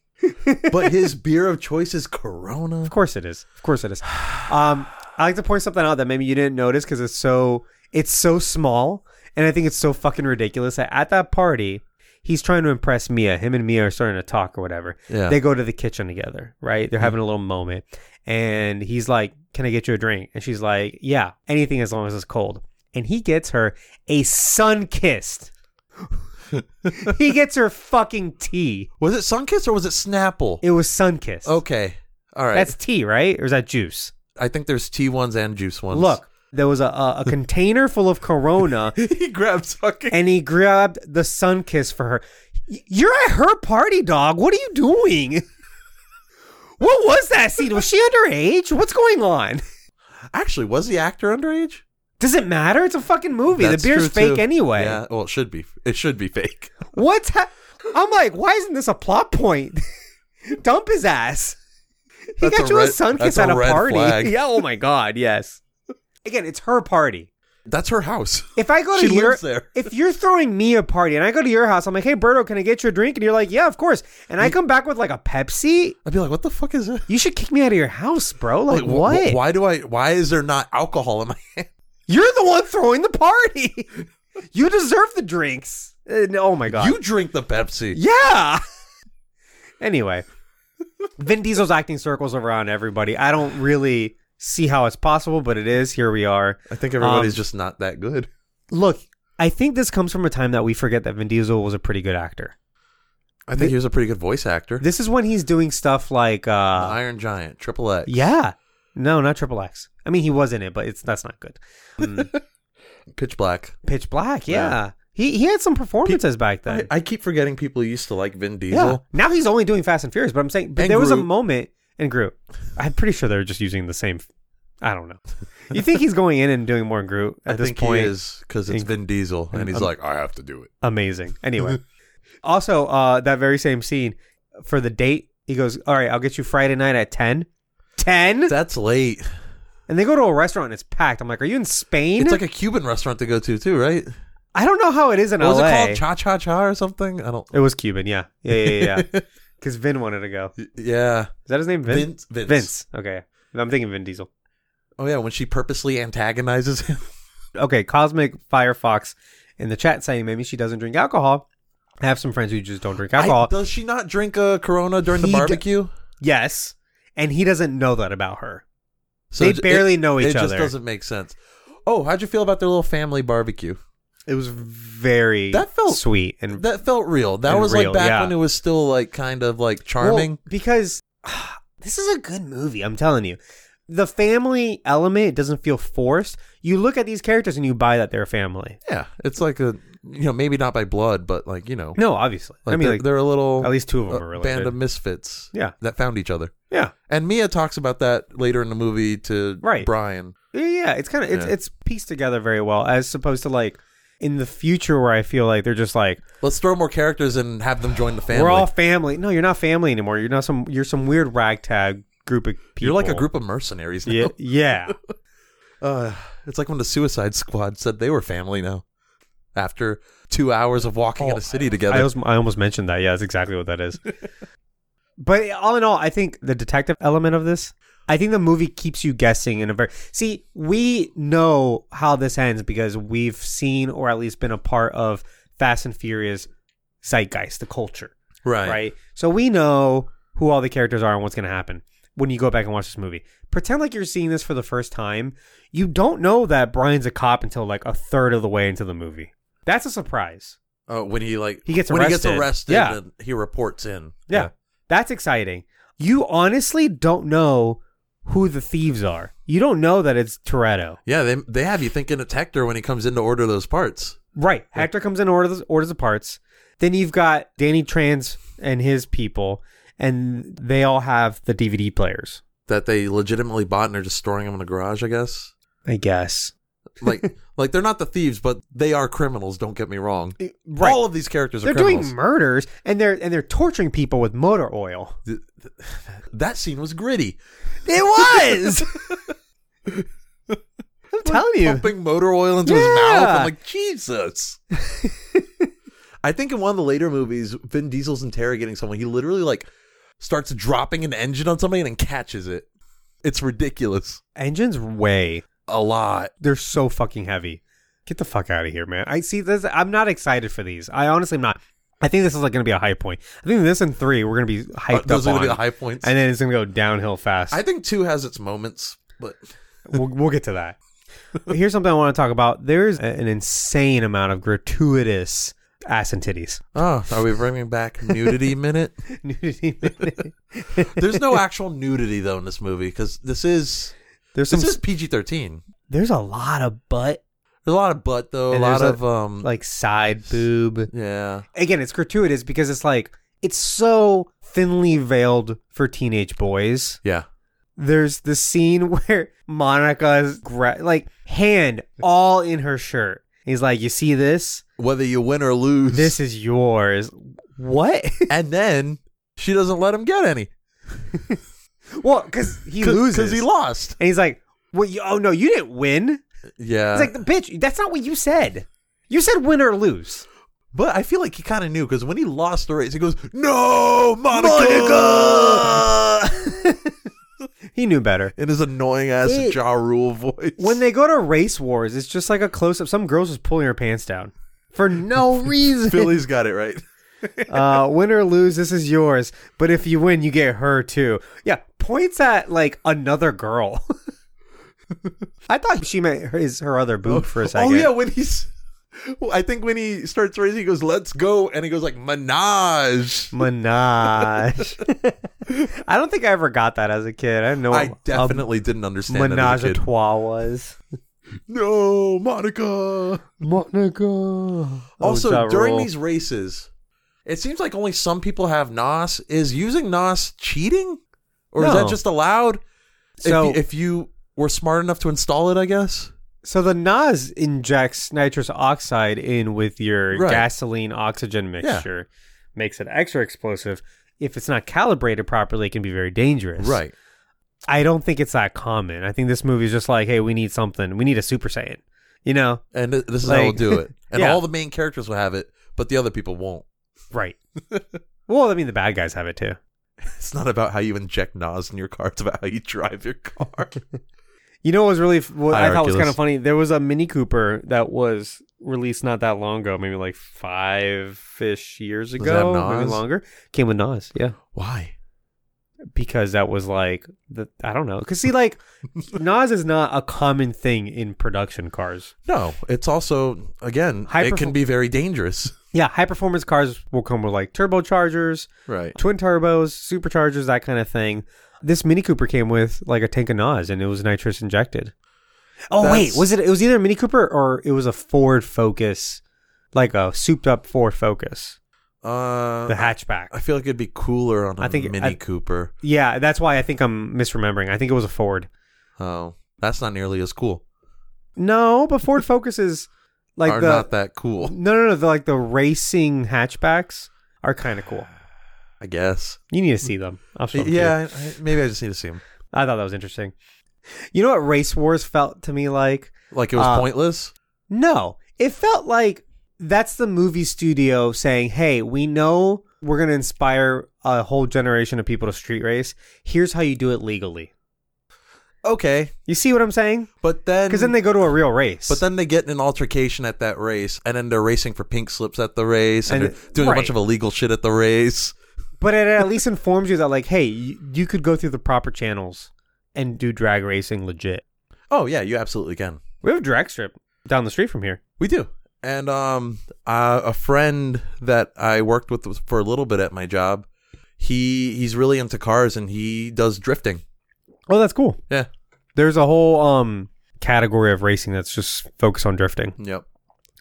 Speaker 2: but his beer of choice is Corona.
Speaker 1: Of course it is. Of course it is. Um, I like to point something out that maybe you didn't notice because it's so it's so small, and I think it's so fucking ridiculous that at that party, he's trying to impress Mia. Him and Mia are starting to talk or whatever.
Speaker 2: Yeah. Mm-hmm.
Speaker 1: They go to the kitchen together, right? They're having a little moment, and he's like, "Can I get you a drink?" And she's like, "Yeah, anything as long as it's cold." And he gets her a sun kissed. he gets her fucking tea.
Speaker 2: Was it Sunkiss or was it Snapple?
Speaker 1: It was sun kissed.
Speaker 2: okay. All right.
Speaker 1: That's tea, right? Or is that juice?
Speaker 2: I think there's tea ones and juice ones.
Speaker 1: Look, there was a, a, a container full of Corona,
Speaker 2: he grabs fucking.
Speaker 1: and he grabbed the sun kiss for her. Y- You're at her party, dog. What are you doing? What was that scene? Was she underage? What's going on?
Speaker 2: Actually, was the actor underage?
Speaker 1: Does it matter? It's a fucking movie.
Speaker 2: That's
Speaker 1: the beer's
Speaker 2: true,
Speaker 1: fake
Speaker 2: too.
Speaker 1: anyway.
Speaker 2: Yeah. Well, it should be. It should be fake.
Speaker 1: What's ha- I'm like, why isn't this a plot point? Dump his ass. He
Speaker 2: That's
Speaker 1: got
Speaker 2: a
Speaker 1: you a
Speaker 2: red-
Speaker 1: sun kiss
Speaker 2: that's
Speaker 1: at
Speaker 2: a
Speaker 1: a
Speaker 2: red
Speaker 1: party.
Speaker 2: flag.
Speaker 1: Yeah. Oh my god. Yes. Again, it's her party.
Speaker 2: That's her house.
Speaker 1: If I go to
Speaker 2: She
Speaker 1: your,
Speaker 2: lives there.
Speaker 1: if you're throwing me a party and I go to your house, I'm like, hey, Berto, can I get you a drink? And you're like, yeah, of course. And I come back with like a Pepsi.
Speaker 2: I'd be like, what the fuck is it?
Speaker 1: You should kick me out of your house, bro. Like,
Speaker 2: Like, wh-
Speaker 1: what?
Speaker 2: wh- Why do I? Why is there not alcohol in my hand?
Speaker 1: You're the one throwing the party. you deserve the drinks. Uh, no- oh my god.
Speaker 2: You drink the Pepsi.
Speaker 1: yeah. anyway, Vin Diesel's acting circles around everybody. I don't really see how it's possible, but it is. Here we are.
Speaker 2: I think everybody's
Speaker 1: Um,
Speaker 2: just not that good.
Speaker 1: Look, I think this comes from a time that we forget that Vin Diesel was a pretty good actor.
Speaker 2: I think he was a pretty good voice actor.
Speaker 1: This is when he's doing stuff like uh,
Speaker 2: The Iron Giant, Triple X.
Speaker 1: Yeah. No, not Triple X. I mean, he was in it, but it's that's not good. Mm.
Speaker 2: Pitch Black.
Speaker 1: Pitch Black. Yeah.
Speaker 2: Yeah.
Speaker 1: He he had some performances back
Speaker 2: I,
Speaker 1: then.
Speaker 2: I keep forgetting people used to like Vin Diesel.
Speaker 1: yeah. Now he's only doing Fast and Furious, but I'm saying, but
Speaker 2: And
Speaker 1: there was a
Speaker 2: Groot.
Speaker 1: moment in Groot. I'm pretty sure they're just using the same. I don't know. You think he's going in and doing more in Groot at
Speaker 2: I
Speaker 1: this
Speaker 2: think
Speaker 1: point?
Speaker 2: he is because it's
Speaker 1: in-
Speaker 2: Vin Diesel, and
Speaker 1: in-
Speaker 2: he's
Speaker 1: um,
Speaker 2: like, I have to do it.
Speaker 1: Amazing. Anyway, also uh, that very same scene for the date. He goes, "All right, I'll get you Friday night at 10. 10?
Speaker 2: That's late.
Speaker 1: And they go to a restaurant and it's packed. I'm like, "Are you in Spain?"
Speaker 2: It's like a Cuban restaurant to go to too, right?
Speaker 1: I don't know how it is in
Speaker 2: What was
Speaker 1: LA.
Speaker 2: it called? Cha Cha Cha or something? I don't.
Speaker 1: It was Cuban, yeah. Yeah, yeah, yeah. Because Vin wanted to go. Is
Speaker 2: Yeah,
Speaker 1: that his name? Vin?
Speaker 2: Vince, Vince.
Speaker 1: Vince. Okay. I'm thinking Vin Diesel.
Speaker 2: Oh yeah, when she purposely antagonizes him.
Speaker 1: Okay. Cosmic Firefox in the chat saying maybe she doesn't drink alcohol. I have some friends who just don't drink alcohol.
Speaker 2: I- does she not drink a Corona during
Speaker 1: He
Speaker 2: the
Speaker 1: d-
Speaker 2: barbecue?
Speaker 1: yes. And he doesn't know that about her. They barely know each
Speaker 2: It just
Speaker 1: other.
Speaker 2: doesn't make sense. Oh, how'd you feel about their little family barbecue?
Speaker 1: It was very
Speaker 2: That felt-
Speaker 1: sweet and
Speaker 2: That felt real. That
Speaker 1: And
Speaker 2: was
Speaker 1: real,
Speaker 2: like back
Speaker 1: yeah.
Speaker 2: when it was still like kind of like charming.
Speaker 1: Well, because ah, this is a good movie, I'm telling you. the family element doesn't feel forced. You look at these characters and you buy that they're a family.
Speaker 2: Yeah, it's like a you know maybe not by blood, but like you know,
Speaker 1: No, obviously.
Speaker 2: like
Speaker 1: I mean,
Speaker 2: they're,
Speaker 1: like,
Speaker 2: they're a little
Speaker 1: at least two of them
Speaker 2: a
Speaker 1: are
Speaker 2: band
Speaker 1: related.
Speaker 2: of misfits.
Speaker 1: Yeah.
Speaker 2: that found each other.
Speaker 1: yeah,
Speaker 2: And Mia talks about that later in the movie to
Speaker 1: Right.
Speaker 2: Brian.
Speaker 1: yeah, yeah. It's kind of it's
Speaker 2: Yeah.
Speaker 1: it's pieced together very well, as opposed to like in the future where I feel like they're just like
Speaker 2: Let's throw more characters and have them join the family.
Speaker 1: we're all family. No, you're not family anymore. You're not some. You're some weird ragtag group of people.
Speaker 2: You're like a group of mercenaries now.
Speaker 1: Yeah, yeah.
Speaker 2: Uh, it's like when the Suicide Squad said they were family now. After two hours of walking in a city together.
Speaker 1: Oh, I almost, I almost mentioned that. Yeah, that's exactly what that is. but all in all, I think the detective element of this, I think the movie keeps you guessing in a very. See, we know how this ends because we've seen or at least been a part of Fast and Furious zeitgeist, the culture,
Speaker 2: right.
Speaker 1: right? So we know who all the characters are and what's going to happen when you go back and watch this movie. Pretend like you're seeing this for the first time. You don't know that Brian's a cop until like a third of the way into the movie. That's a surprise.
Speaker 2: Oh, when he like
Speaker 1: He gets
Speaker 2: when he
Speaker 1: arrested.
Speaker 2: gets arrested
Speaker 1: Yeah.
Speaker 2: and he reports in.
Speaker 1: Yeah. That's exciting. You honestly don't know who the thieves are. You don't know that it's Toretto.
Speaker 2: Yeah, they they have you thinking it's Hector when he comes in to order those parts.
Speaker 1: Right. Hector comes in orders orders the parts. Then you've got Danny Trans and his people, and they all have the DVD players.
Speaker 2: That they legitimately bought and are just storing them in a garage, I guess.
Speaker 1: I guess.
Speaker 2: Like like they're not the thieves, but they are criminals, don't get me wrong.
Speaker 1: Right.
Speaker 2: All of these characters
Speaker 1: they're
Speaker 2: are criminals.
Speaker 1: doing murders and they're and they're torturing people with motor oil.
Speaker 2: that scene was gritty.
Speaker 1: It was. I'm telling you.
Speaker 2: pumping motor oil into his
Speaker 1: Yeah.
Speaker 2: mouth. I'm like, Jesus. I think in one of the later movies, Vin Diesel's interrogating someone. He literally like starts dropping an engine on somebody and then catches it. It's ridiculous.
Speaker 1: Engines way.
Speaker 2: A lot.
Speaker 1: they're so fucking heavy. Get the fuck out of here, man. I see this. I'm not excited for these. I honestly am not. I think this is like going to be a high point. I think this and three we're going to be hyped
Speaker 2: Uh, those are
Speaker 1: up
Speaker 2: gonna be the
Speaker 1: on,
Speaker 2: high points.
Speaker 1: and then it's going to go downhill fast.
Speaker 2: I think two has its moments, but
Speaker 1: we'll, we'll get to that. Here's something I want to talk about. There is a- an insane amount of gratuitous ass and titties.
Speaker 2: oh, are we bringing back nudity minute?
Speaker 1: Nudity.
Speaker 2: There's no actual nudity though in this movie because this is
Speaker 1: there's some.
Speaker 2: this is PG-13.
Speaker 1: there's a lot of butt,
Speaker 2: There's a lot of butt though, a
Speaker 1: And
Speaker 2: lot
Speaker 1: there's a-
Speaker 2: of um,
Speaker 1: like side boob.
Speaker 2: yeah.
Speaker 1: again, it's gratuitous because it's like it's so thinly veiled for teenage boys.
Speaker 2: Yeah.
Speaker 1: There's the scene where Monica's gra- like hand all in her shirt. He's like, "You see this?
Speaker 2: Whether you win or lose.
Speaker 1: This is yours." What?
Speaker 2: and then she doesn't let him get any.
Speaker 1: well, because he loses,
Speaker 2: because he lost.
Speaker 1: and he's like, "Well, you, oh no, you didn't win."
Speaker 2: Yeah,
Speaker 1: It's like, "Bitch, that's not what you said. You said win or lose."
Speaker 2: but I feel like he kind of knew because when he lost the race, he goes, "No, Monica!"
Speaker 1: He knew better.
Speaker 2: In his annoying ass
Speaker 1: It-
Speaker 2: jaw rule voice.
Speaker 1: When they go to race wars, it's just like a close up. Some girls just pulling her pants down for no reason.
Speaker 2: Philly's got it right.
Speaker 1: uh, win or lose, this is yours. But if you win, you get her too. Yeah, points at like another girl. I thought she meant her- his her other boob for a second.
Speaker 2: Oh yeah, when he's, well, I think when he starts racing, he goes, "Let's go," and he goes like, "Menage."
Speaker 1: Menage. I don't think I ever got that as a kid. I didn't know
Speaker 2: I
Speaker 1: what
Speaker 2: definitely didn't understand
Speaker 1: a Oh, um, menage
Speaker 2: that
Speaker 1: a
Speaker 2: as a kid.
Speaker 1: trois was.
Speaker 2: No, Monica.
Speaker 1: Monica.
Speaker 2: Also, during these races, it seems like only some people have NOS. Is using NOS cheating? Or is
Speaker 1: No.
Speaker 2: that just allowed?
Speaker 1: So-
Speaker 2: if, you, if you were smart enough to install it, I guess.
Speaker 1: So the Nas injects nitrous oxide in with your
Speaker 2: Right.
Speaker 1: gasoline oxygen mixture, makes it extra explosive. If it's not calibrated properly, it can be very dangerous. I don't think it's that common. I think this movie is just like, hey, we need something. We need a Super Saiyan. You know?
Speaker 2: And th- this is how
Speaker 1: Like-
Speaker 2: we'll do it. And
Speaker 1: Yeah.
Speaker 2: all the main characters will have it, but the other people won't.
Speaker 1: Right. well, I mean, the bad guys have it too.
Speaker 2: It's not about how you inject NOS in your car, it's about how you drive your car.
Speaker 1: You know what was really f- what
Speaker 2: Hi,
Speaker 1: I thought was
Speaker 2: Hercules.
Speaker 1: kind of funny? There was a Mini Cooper that was released not that long ago, maybe like five ish years
Speaker 2: Does it have
Speaker 1: ago, maybe
Speaker 2: Nas?
Speaker 1: longer. Came with Nas, yeah.
Speaker 2: Why?
Speaker 1: because that was like the I don't know. Because see, like Nas is not a common thing in production cars.
Speaker 2: No, it's also, again,
Speaker 1: High
Speaker 2: it
Speaker 1: perfor-
Speaker 2: can be very dangerous.
Speaker 1: Yeah, high performance cars will come with like turbochargers,
Speaker 2: Right.
Speaker 1: twin turbos, superchargers, that kind of thing. This Mini Cooper came with like a tank of Nas, and it was nitrous injected. Oh wait,
Speaker 2: That's-
Speaker 1: was it? It was either a Mini Cooper or it was a Ford Focus, like a souped-up Ford Focus,
Speaker 2: Uh,
Speaker 1: the hatchback.
Speaker 2: I feel like it'd be cooler on a
Speaker 1: I think-
Speaker 2: Mini
Speaker 1: I-
Speaker 2: Cooper.
Speaker 1: yeah, that's why I think I'm misremembering. I think it was a Ford.
Speaker 2: Oh, that's not nearly as cool.
Speaker 1: No, but Ford Focus is like
Speaker 2: Are
Speaker 1: the
Speaker 2: not that cool,
Speaker 1: no, no, no. The, like the racing hatchbacks are kind of cool.
Speaker 2: I guess.
Speaker 1: You need to see them. I'll show them to you.
Speaker 2: yeah, I, I- maybe I just need to see them.
Speaker 1: I thought that was interesting. You know what Race Wars felt to me like?
Speaker 2: Like it was
Speaker 1: Uh,
Speaker 2: pointless.
Speaker 1: No, it felt like that's the movie studio saying, "Hey, we know we're going to inspire a whole generation of people to street race. Here's how you do it legally."
Speaker 2: Okay,
Speaker 1: You see what I'm saying?
Speaker 2: but then
Speaker 1: Because then they go to a real race.
Speaker 2: But then they get in an altercation at that race, and then they're racing for pink slips at the race, and,
Speaker 1: And-
Speaker 2: they're doing a bunch
Speaker 1: right.
Speaker 2: of illegal shit at the race.
Speaker 1: but it at least informs you that, like, hey, you, you could go through the proper channels and do drag racing legit.
Speaker 2: Oh yeah, you absolutely can.
Speaker 1: We have a drag strip down the street from here.
Speaker 2: We do. And um, uh, a friend that I worked with for a little bit at my job, he he's really into cars, and he does drifting.
Speaker 1: Oh, that's cool.
Speaker 2: Yeah.
Speaker 1: There's a whole um category of racing that's just focused on drifting.
Speaker 2: Yep.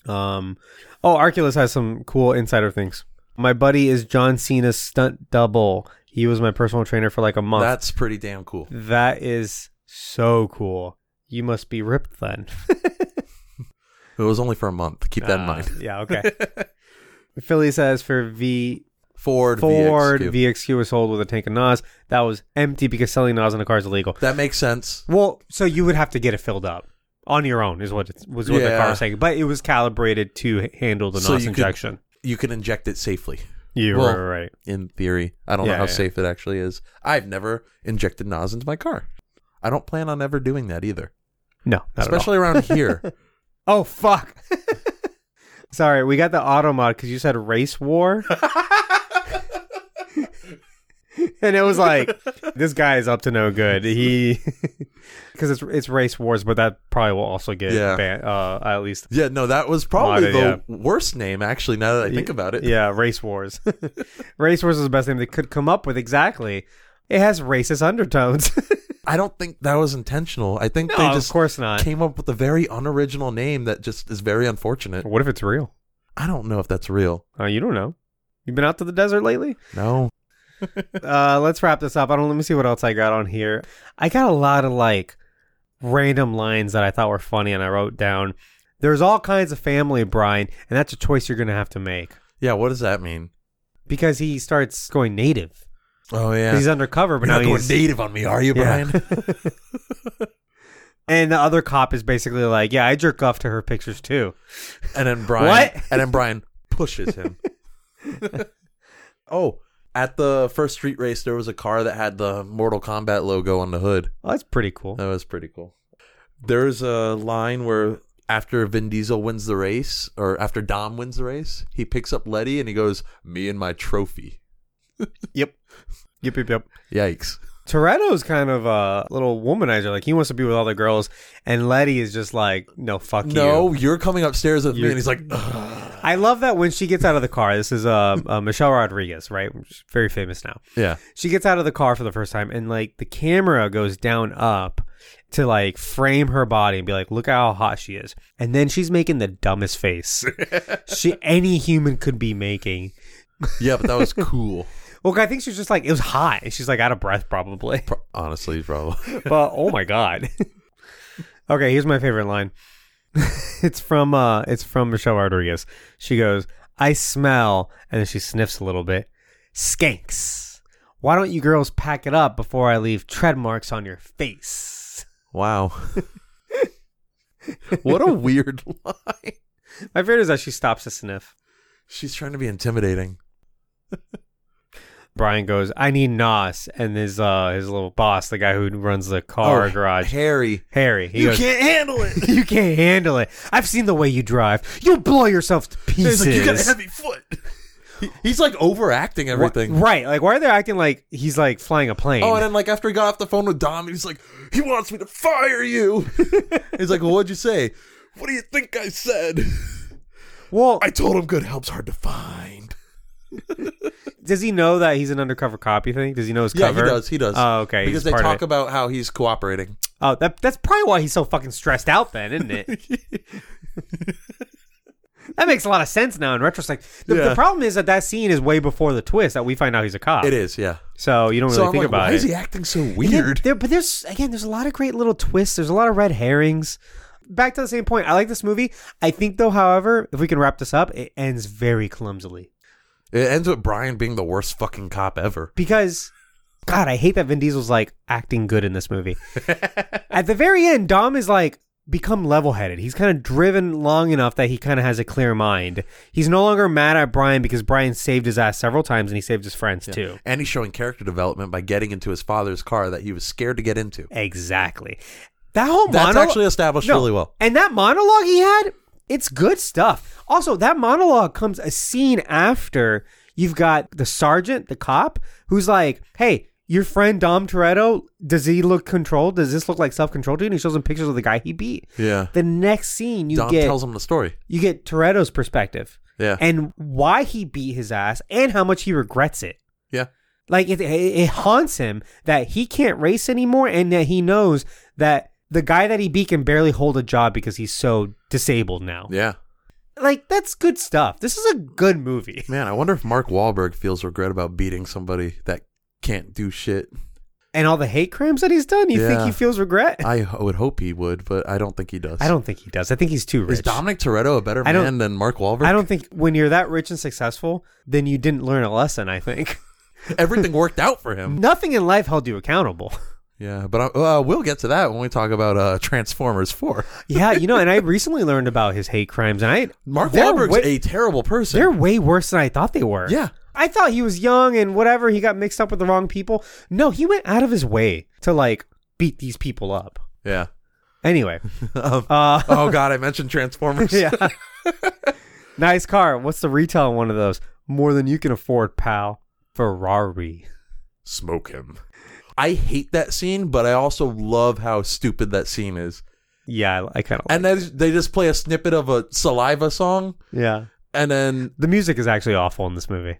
Speaker 1: Um, oh, Arculus has some cool insider things. My buddy is John Cena's stunt double. He was my personal trainer for like a month.
Speaker 2: That's pretty damn cool.
Speaker 1: that is so cool. You must be ripped then.
Speaker 2: It was only for a month. Keep that in
Speaker 1: Uh,
Speaker 2: mind.
Speaker 1: yeah, okay. Philly says for V
Speaker 2: Ford,
Speaker 1: Ford
Speaker 2: VXQ.
Speaker 1: VXQ was sold with a tank of Nas. That was empty because selling Nas in a car is illegal.
Speaker 2: that makes sense.
Speaker 1: Well, so you would have to get it filled up on your own, is what it, was what the
Speaker 2: Yeah.
Speaker 1: car was saying. But it was calibrated to h- handle the
Speaker 2: So
Speaker 1: NOS
Speaker 2: you could-
Speaker 1: injection.
Speaker 2: You can inject it safely.
Speaker 1: you
Speaker 2: Well-
Speaker 1: were right.
Speaker 2: in theory. I don't know
Speaker 1: Yeah,
Speaker 2: how
Speaker 1: yeah.
Speaker 2: safe it actually is. I've never injected Nas into my car. I don't plan on ever doing that either,
Speaker 1: No, not at all.
Speaker 2: especially around here.
Speaker 1: Oh fuck! Sorry, we got the auto mod because you said race war, and it was like this guy is up to no good. He because it's it's race wars, but that probably will also get
Speaker 2: Yeah.
Speaker 1: ban- uh, at least.
Speaker 2: Yeah, no, that was probably
Speaker 1: Modded,
Speaker 2: the worst name actually. Now that I think about it,
Speaker 1: Yeah, race wars. race wars is the best name they could come up with. Exactly. It has racist undertones.
Speaker 2: I don't think that was intentional. I think
Speaker 1: no,
Speaker 2: they just
Speaker 1: of course not.
Speaker 2: came up with a very unoriginal name that just is very unfortunate.
Speaker 1: What if it's real?
Speaker 2: I don't know if that's real.
Speaker 1: Uh, you don't know. You been out to the desert lately?
Speaker 2: No,
Speaker 1: uh, let's wrap this up. I don't. Let me see what else I got on here. I got a lot of like random lines that I thought were funny, and I wrote down. There's all kinds of family, Brian, and that's a choice you're gonna have to make
Speaker 2: yeah, what does that mean?
Speaker 1: because he starts going native.
Speaker 2: Oh yeah,
Speaker 1: He's undercover, but
Speaker 2: You're
Speaker 1: now
Speaker 2: not going
Speaker 1: he's
Speaker 2: native on me, are you,
Speaker 1: Yeah.
Speaker 2: Brian?
Speaker 1: and the other cop is basically like, "Yeah, I jerk off to her pictures too."
Speaker 2: And then Brian
Speaker 1: What?
Speaker 2: and then Brian pushes him. oh, at the first street race there was a car that had the Mortal Kombat logo on the hood.
Speaker 1: Well, that's pretty cool.
Speaker 2: That was pretty cool. There's a line where after Vin Diesel wins the race or after Dom wins the race, he picks up Letty and he goes, "Me and my trophy."
Speaker 1: Yep. Yep. Yep. Yep.
Speaker 2: Yikes.
Speaker 1: Toretto's kind of a little womanizer. Like he wants to be with all the girls, and Letty is just like, "No, fuck you."
Speaker 2: No, you're coming upstairs with me
Speaker 1: You're-
Speaker 2: and he's like, "Ugh."
Speaker 1: I love that when she gets out of the car. This is uh, uh Michelle Rodriguez, right? She's very famous now.
Speaker 2: "Yeah."
Speaker 1: She gets out of the car for the first time, and like the camera goes down up to like frame her body and be like, "Look how hot she is." And then she's making the dumbest face she any human could be making.
Speaker 2: Yeah, but that was cool.
Speaker 1: Well, I think she's just like it was hot, and she's like out of breath probably.
Speaker 2: Pro- honestly, probably.
Speaker 1: but oh my god. okay, here's my favorite line. it's from uh it's from Michelle Rodriguez. She goes, "I smell," and then she sniffs a little bit. Skanks. Why don't you girls pack it up before I leave tread marks on your face?
Speaker 2: Wow. what a weird line.
Speaker 1: My favorite is that she stops to sniff.
Speaker 2: She's trying to be intimidating.
Speaker 1: Brian goes, "I need Nas," and his uh his little boss, the guy who runs the car garage,
Speaker 2: Oh, Harry.
Speaker 1: Harry. He goes,
Speaker 2: can't handle it.
Speaker 1: "You can't handle it. I've seen the way you drive. You'll blow yourself to pieces."
Speaker 2: heavy foot. He- He's like overacting
Speaker 1: Why-
Speaker 2: everything.
Speaker 1: right. Like, why are they acting like he's like flying a plane?
Speaker 2: Oh, and then like after he got off the phone with Dom, he's like, he wants me to fire you. he's like, well, what'd you say? What do you think I said?
Speaker 1: well,
Speaker 2: I told him good help's hard to find.
Speaker 1: Does he know that he's an undercover cop? You think? Does he know his
Speaker 2: Yeah,
Speaker 1: cover?
Speaker 2: he does. He does.
Speaker 1: Oh, okay.
Speaker 2: Because
Speaker 1: he's
Speaker 2: they
Speaker 1: part of
Speaker 2: talk
Speaker 1: it.
Speaker 2: about how he's cooperating.
Speaker 1: Oh, that, that's probably why he's so fucking stressed out, then, isn't it? that makes a lot of sense now in retrospect. The, the
Speaker 2: Yeah.
Speaker 1: problem is that that scene is way before the twist that we find out he's a cop.
Speaker 2: It is, yeah.
Speaker 1: So you don't really
Speaker 2: so I'm
Speaker 1: think
Speaker 2: like,
Speaker 1: about
Speaker 2: why
Speaker 1: it.
Speaker 2: is he acting so
Speaker 1: And then
Speaker 2: weird?
Speaker 1: There, but there's again, there's a lot of great little twists. There's a lot of red herrings. Back to the same point. I like this movie. I think though, however, if we can wrap this up, it ends very clumsily
Speaker 2: It ends with Brian being the worst fucking cop ever.
Speaker 1: because. God, I hate that Vin Diesel's like acting good in this movie. At the very end, Dom is like become level headed. He's kind of driven long enough that he kind of has a clear mind. He's no longer mad at Brian because Brian saved his ass several times and he saved his friends too.
Speaker 2: And he's showing character development by getting into his father's car that he was scared to get into.
Speaker 1: Exactly. That whole
Speaker 2: That's
Speaker 1: monologue
Speaker 2: actually established really well.
Speaker 1: And that monologue he had, it's good stuff. Also, that monologue comes a scene after you've got the sergeant, the cop, who's like, "Hey, your friend Dom Toretto, does he look controlled? Does this look like self-control to you?" And he shows him pictures of the guy he beat.
Speaker 2: Yeah.
Speaker 1: The next scene, you
Speaker 2: Dom
Speaker 1: get
Speaker 2: tells him the story.
Speaker 1: you get Toretto's perspective
Speaker 2: Yeah.
Speaker 1: and why he beat his ass and how much he regrets it.
Speaker 2: yeah.
Speaker 1: Like it, it, it haunts him that he can't race anymore, and that he knows that the guy that he beat can barely hold a job because he's so disabled now.
Speaker 2: Yeah.
Speaker 1: Like that's good stuff. This is a good movie.
Speaker 2: Man, I wonder if Mark Wahlberg feels regret about beating somebody that can't do shit.
Speaker 1: And all the hate crimes that he's done, you think
Speaker 2: Yeah.
Speaker 1: he feels regret?
Speaker 2: I h- would hope he would, but I don't think he does.
Speaker 1: I don't think he does. I think he's too rich.
Speaker 2: Is Dominic Toretto a better
Speaker 1: I don't-
Speaker 2: man than Mark Wahlberg?
Speaker 1: I don't think when you're that rich and successful, then you didn't learn a lesson. I think
Speaker 2: Everything worked out for him.
Speaker 1: nothing in life held you accountable.
Speaker 2: Yeah, but I, uh, we'll get to that when we talk about uh, Transformers 4.
Speaker 1: yeah, you know. And I recently learned about his hate crimes, and I
Speaker 2: Mark
Speaker 1: they're
Speaker 2: Wahlberg's
Speaker 1: way-
Speaker 2: a terrible person.
Speaker 1: They're way worse than I thought they were.
Speaker 2: Yeah.
Speaker 1: I thought he was young and whatever. He got mixed up with the wrong people. No, he went out of his way to like beat these people up.
Speaker 2: Yeah.
Speaker 1: Anyway,
Speaker 2: Um,
Speaker 1: uh,
Speaker 2: oh God, I mentioned Transformers.
Speaker 1: yeah. nice car. What's the retail on one of those? More than you can afford, pal. Ferrari.
Speaker 2: Smoke him. I hate that scene, but I also love how stupid that scene is.
Speaker 1: Yeah, I, I kind of.
Speaker 2: And then they just play a snippet of a saliva song,
Speaker 1: yeah.
Speaker 2: and then
Speaker 1: The music is actually awful in this movie.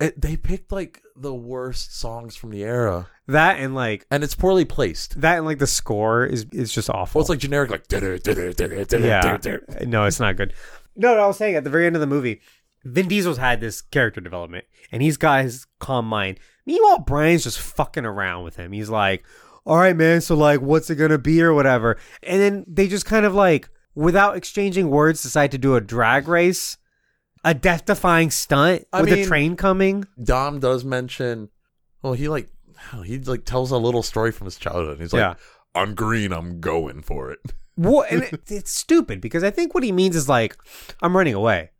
Speaker 2: it, they picked like the worst songs from the era,
Speaker 1: That and like
Speaker 2: and it's poorly placed.
Speaker 1: that and like the score is is just awful.
Speaker 2: Well, it's like generic, like "Duh-duh, duh-duh, duh-duh, duh-duh,
Speaker 1: yeah.
Speaker 2: duh-duh."
Speaker 1: No, it's not good. No, no, I was saying at the very end of the movie, Vin Diesel's had this character development and he's got his calm mind. Meanwhile, Brian's just fucking around with him. He's like, all right, man, so like, what's it going to be or whatever? And then they just kind of like, without exchanging words, decide to do a drag race, a death defying stunt
Speaker 2: I
Speaker 1: with a
Speaker 2: mean-
Speaker 1: train coming.
Speaker 2: Dom does mention, well, he like he like tells a little story from his childhood. He's like,
Speaker 1: Yeah.
Speaker 2: "I'm green, I'm going for it."
Speaker 1: What? And it, it's stupid because I think what he means is like, I'm running away.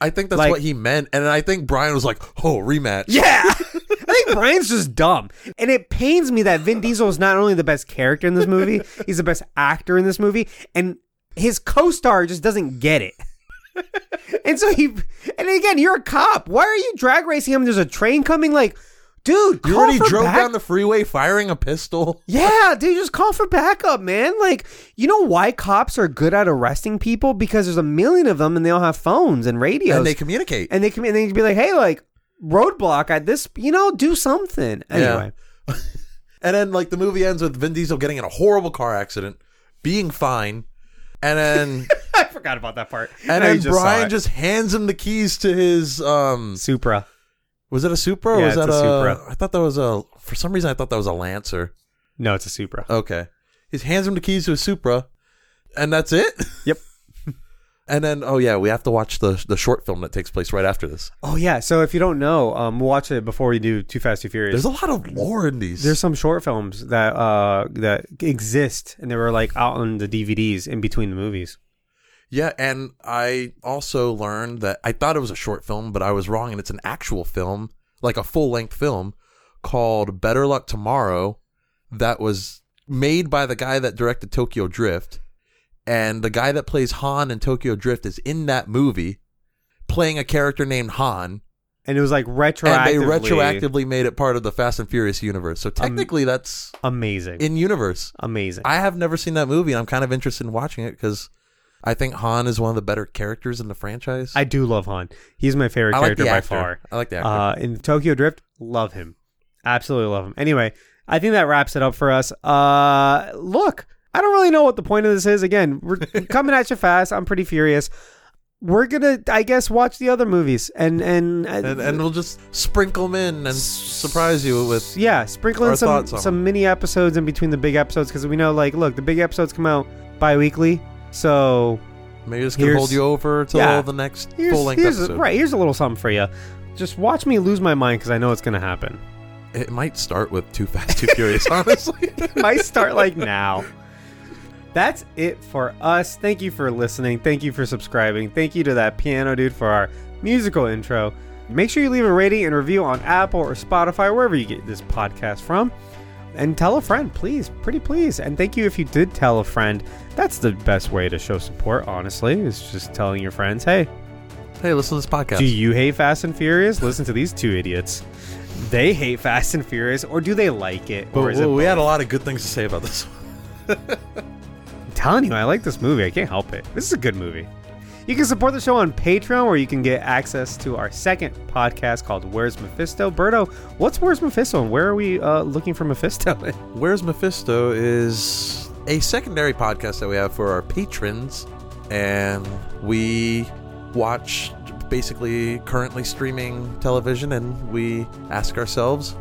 Speaker 2: I think that's
Speaker 1: Like-
Speaker 2: what he meant, and I think Brian was like, "Oh, rematch."
Speaker 1: Yeah. I think Brian's just dumb. And it pains me that Vin Diesel is not only the best character in this movie, he's the best actor in this movie, and his co-star just doesn't get it. And so he and again, you're a cop. Why are you drag racing him? There's a train coming like dude,
Speaker 2: You
Speaker 1: call
Speaker 2: already
Speaker 1: for
Speaker 2: drove
Speaker 1: back-
Speaker 2: down the freeway firing a pistol.
Speaker 1: yeah, dude, just call for backup, man. Like, you know why cops are good at arresting people? Because there's a million of them and they all have phones and radios
Speaker 2: And they communicate.
Speaker 1: and they can and they can be like, hey, like roadblock at this, you know, do something. Anyway,
Speaker 2: And then like the movie ends with Vin Diesel getting in a horrible car accident, being fine, and then
Speaker 1: I forgot about that part.
Speaker 2: and then Brian just hands him the keys to his um
Speaker 1: Supra.
Speaker 2: was it a Supra or
Speaker 1: Yeah,
Speaker 2: was
Speaker 1: it's
Speaker 2: that
Speaker 1: a Supra.
Speaker 2: I thought that was a for some reason I thought that was a Lancer.
Speaker 1: No, it's a Supra.
Speaker 2: Okay. He hands him the keys to his Supra, and that's it.
Speaker 1: Yep.
Speaker 2: and then, oh yeah, we have to watch the the short film that takes place right after this.
Speaker 1: Oh yeah. So if you don't know, um, we'll watch it before we do Too Fast Too Furious.
Speaker 2: There's a lot of lore in these.
Speaker 1: There's some short films that uh that exist and they were like out on the DVDs in between the movies.
Speaker 2: yeah, and I also learned that I thought it was a short film, but I was wrong, and it's an actual film, like a full length film called Better Luck Tomorrow, that was made by the guy that directed Tokyo Drift, and the guy that plays Han in Tokyo Drift is in that movie, playing a character named Han.
Speaker 1: And it was like
Speaker 2: and they
Speaker 1: retroactively,
Speaker 2: retroactively made it part of the Fast and Furious universe. So technically, that's
Speaker 1: amazing.
Speaker 2: in universe.
Speaker 1: amazing.
Speaker 2: I have never seen that movie, and I'm kind of interested in watching it because I think Han is one of the better characters in the franchise.
Speaker 1: I do love Han. He's my favorite
Speaker 2: I like
Speaker 1: character
Speaker 2: the
Speaker 1: by
Speaker 2: actor.
Speaker 1: far.
Speaker 2: I like the actor.
Speaker 1: Uh, in Tokyo Drift, love him. Absolutely love him. Anyway, I think that wraps it up for us. Uh, look, I don't really know what the point of this is. Again, we're coming at you fast. I'm pretty furious. We're gonna, I guess, watch the other movies and and uh,
Speaker 2: and, and we'll just sprinkle them in and surprise you with
Speaker 1: yeah, sprinkle in
Speaker 2: Our
Speaker 1: some
Speaker 2: thoughts on
Speaker 1: some mini episodes in between the big episodes because we know, like, look, the big episodes come out bi-weekly, so
Speaker 2: maybe this can
Speaker 1: Here's-
Speaker 2: hold you over till
Speaker 1: yeah.
Speaker 2: the next
Speaker 1: here's,
Speaker 2: full length
Speaker 1: here's
Speaker 2: episode.
Speaker 1: right here's a little something for you. Just watch me lose my mind because I know it's gonna happen.
Speaker 2: It might start with Too Fast, Too Furious. Honestly,
Speaker 1: might start like now. That's it for us. Thank you for listening. Thank you for subscribing. Thank you to that piano dude for our musical intro. Make sure you leave a rating and review on Apple or Spotify, wherever you get this podcast from. And tell a friend, please. Pretty please. And thank you if you did tell a friend. That's the best way to show support, honestly, is just telling your friends, hey,
Speaker 2: hey, listen to this podcast.
Speaker 1: do you hate Fast and Furious? Listen to these two idiots. They hate Fast and Furious, or do they like it?
Speaker 2: But
Speaker 1: or is it
Speaker 2: we had a lot of good things to say about this one.
Speaker 1: telling you, I like this movie. I can't help it. This is a good movie. You can support the show on Patreon, where you can get access to our second podcast called "Where's Mephisto." Berto, what's "Where's Mephisto" and where are we uh, looking for Mephisto?
Speaker 2: Where's Mephisto is a secondary podcast that we have for our patrons, and we watch basically currently streaming television, and we ask ourselves,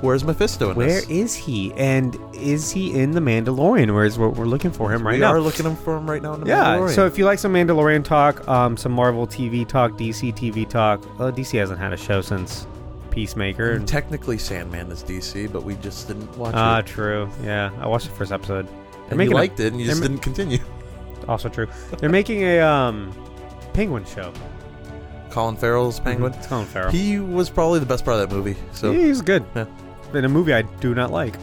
Speaker 2: "Where's Mephisto?" In
Speaker 1: where
Speaker 2: this?
Speaker 1: is he? And is he in the Mandalorian? Where is what we're looking for him right
Speaker 2: we
Speaker 1: now?
Speaker 2: are looking for him right now. In the
Speaker 1: yeah.
Speaker 2: Mandalorian.
Speaker 1: So if you like some Mandalorian talk, um, some Marvel TV talk, DC TV talk, uh, DC hasn't had a show since Peacemaker.
Speaker 2: Mm,
Speaker 1: and-
Speaker 2: technically Sandman is DC, but we just didn't watch
Speaker 1: Ah,
Speaker 2: it.
Speaker 1: true. Yeah, I watched the first episode. They're
Speaker 2: And you
Speaker 1: a-
Speaker 2: liked it, and you just
Speaker 1: they're-
Speaker 2: didn't continue.
Speaker 1: Also true. They're making a um, penguin show.
Speaker 2: Colin Farrell's Penguin.
Speaker 1: It's Colin Farrell.
Speaker 2: He was probably the best part of that movie. So
Speaker 1: Mm-hmm. Yeah, he's good.
Speaker 2: Yeah.
Speaker 1: In a movie I do not like.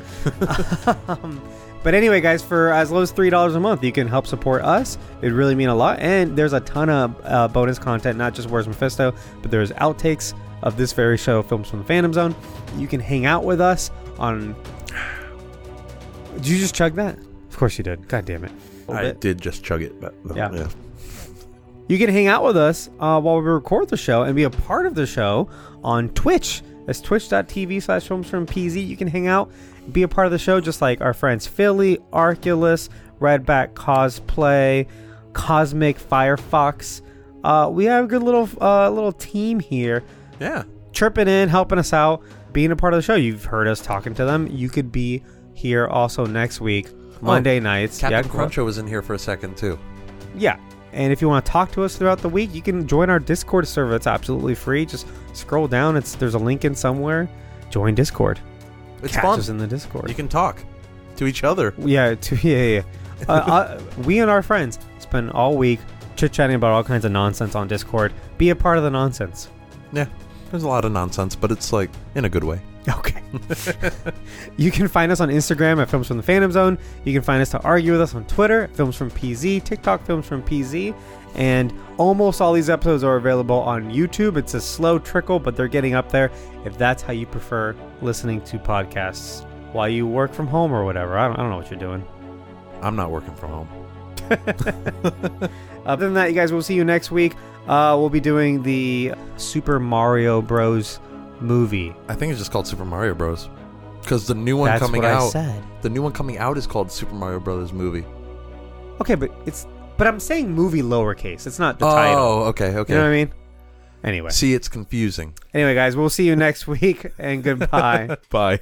Speaker 1: um, but anyway, guys, for as low as three dollars a month, you can help support us. It would really mean a lot. And there's a ton of uh, bonus content, not just Where's Mephisto, but there's outtakes of this very show, films from the Phantom Zone. You can hang out with us on. Did you just chug that? Of course you did. God damn it. Hold
Speaker 2: I
Speaker 1: it.
Speaker 2: did just chug it, but
Speaker 1: Yeah. You can hang out with us uh, while we record the show and be a part of the show on Twitch. That's twitch.tv slash films from PZ. You can hang out, be a part of the show, just like our friends Philly, Arculus, Redback Cosplay, Cosmic Firefox. Uh, we have a good little uh, little team here
Speaker 2: yeah.
Speaker 1: chirping in, helping us out, being a part of the show. You've heard us talking to them. You could be here also next week, Monday nights.
Speaker 2: Captain
Speaker 1: go-
Speaker 2: Cruncho was in here for a second too.
Speaker 1: yeah. And if you want to talk to us throughout the week, you can join our Discord server. It's absolutely free. Just scroll down. It's there's a link in somewhere. Join Discord.
Speaker 2: It's
Speaker 1: Catch
Speaker 2: fun.
Speaker 1: us in the Discord.
Speaker 2: you can talk to each other.
Speaker 1: yeah, to, yeah, yeah. yeah. uh, uh, we and our friends spend all week chit chatting about all kinds of nonsense on Discord. Be a part of the nonsense.
Speaker 2: Yeah. There's a lot of nonsense, but it's like in a good way.
Speaker 1: Okay. you can find us on Instagram at Films from the Phantom Zone. You can find us to argue with us on Twitter, at Films from PZ, TikTok Films from PZ, and almost all these episodes are available on YouTube. It's a slow trickle, but they're getting up there. If that's how you prefer listening to podcasts while you work from home or whatever, I don't, I don't know what you're doing.
Speaker 2: I'm not working from home.
Speaker 1: Other than that, you guys, we'll see you next week. Uh, we'll be doing the Super Mario Bros. movie.
Speaker 2: I think it's just called Super Mario Bros. Because the new one
Speaker 1: That's
Speaker 2: coming
Speaker 1: what I
Speaker 2: out,
Speaker 1: said.
Speaker 2: the new one coming out is called Super Mario Brothers Movie.
Speaker 1: Okay, but it's but I'm saying movie lowercase. It's not the
Speaker 2: oh,
Speaker 1: title.
Speaker 2: okay, okay.
Speaker 1: You know what I mean? Anyway.
Speaker 2: See, it's confusing.
Speaker 1: Anyway, guys, we'll see you next week and goodbye.
Speaker 2: Bye.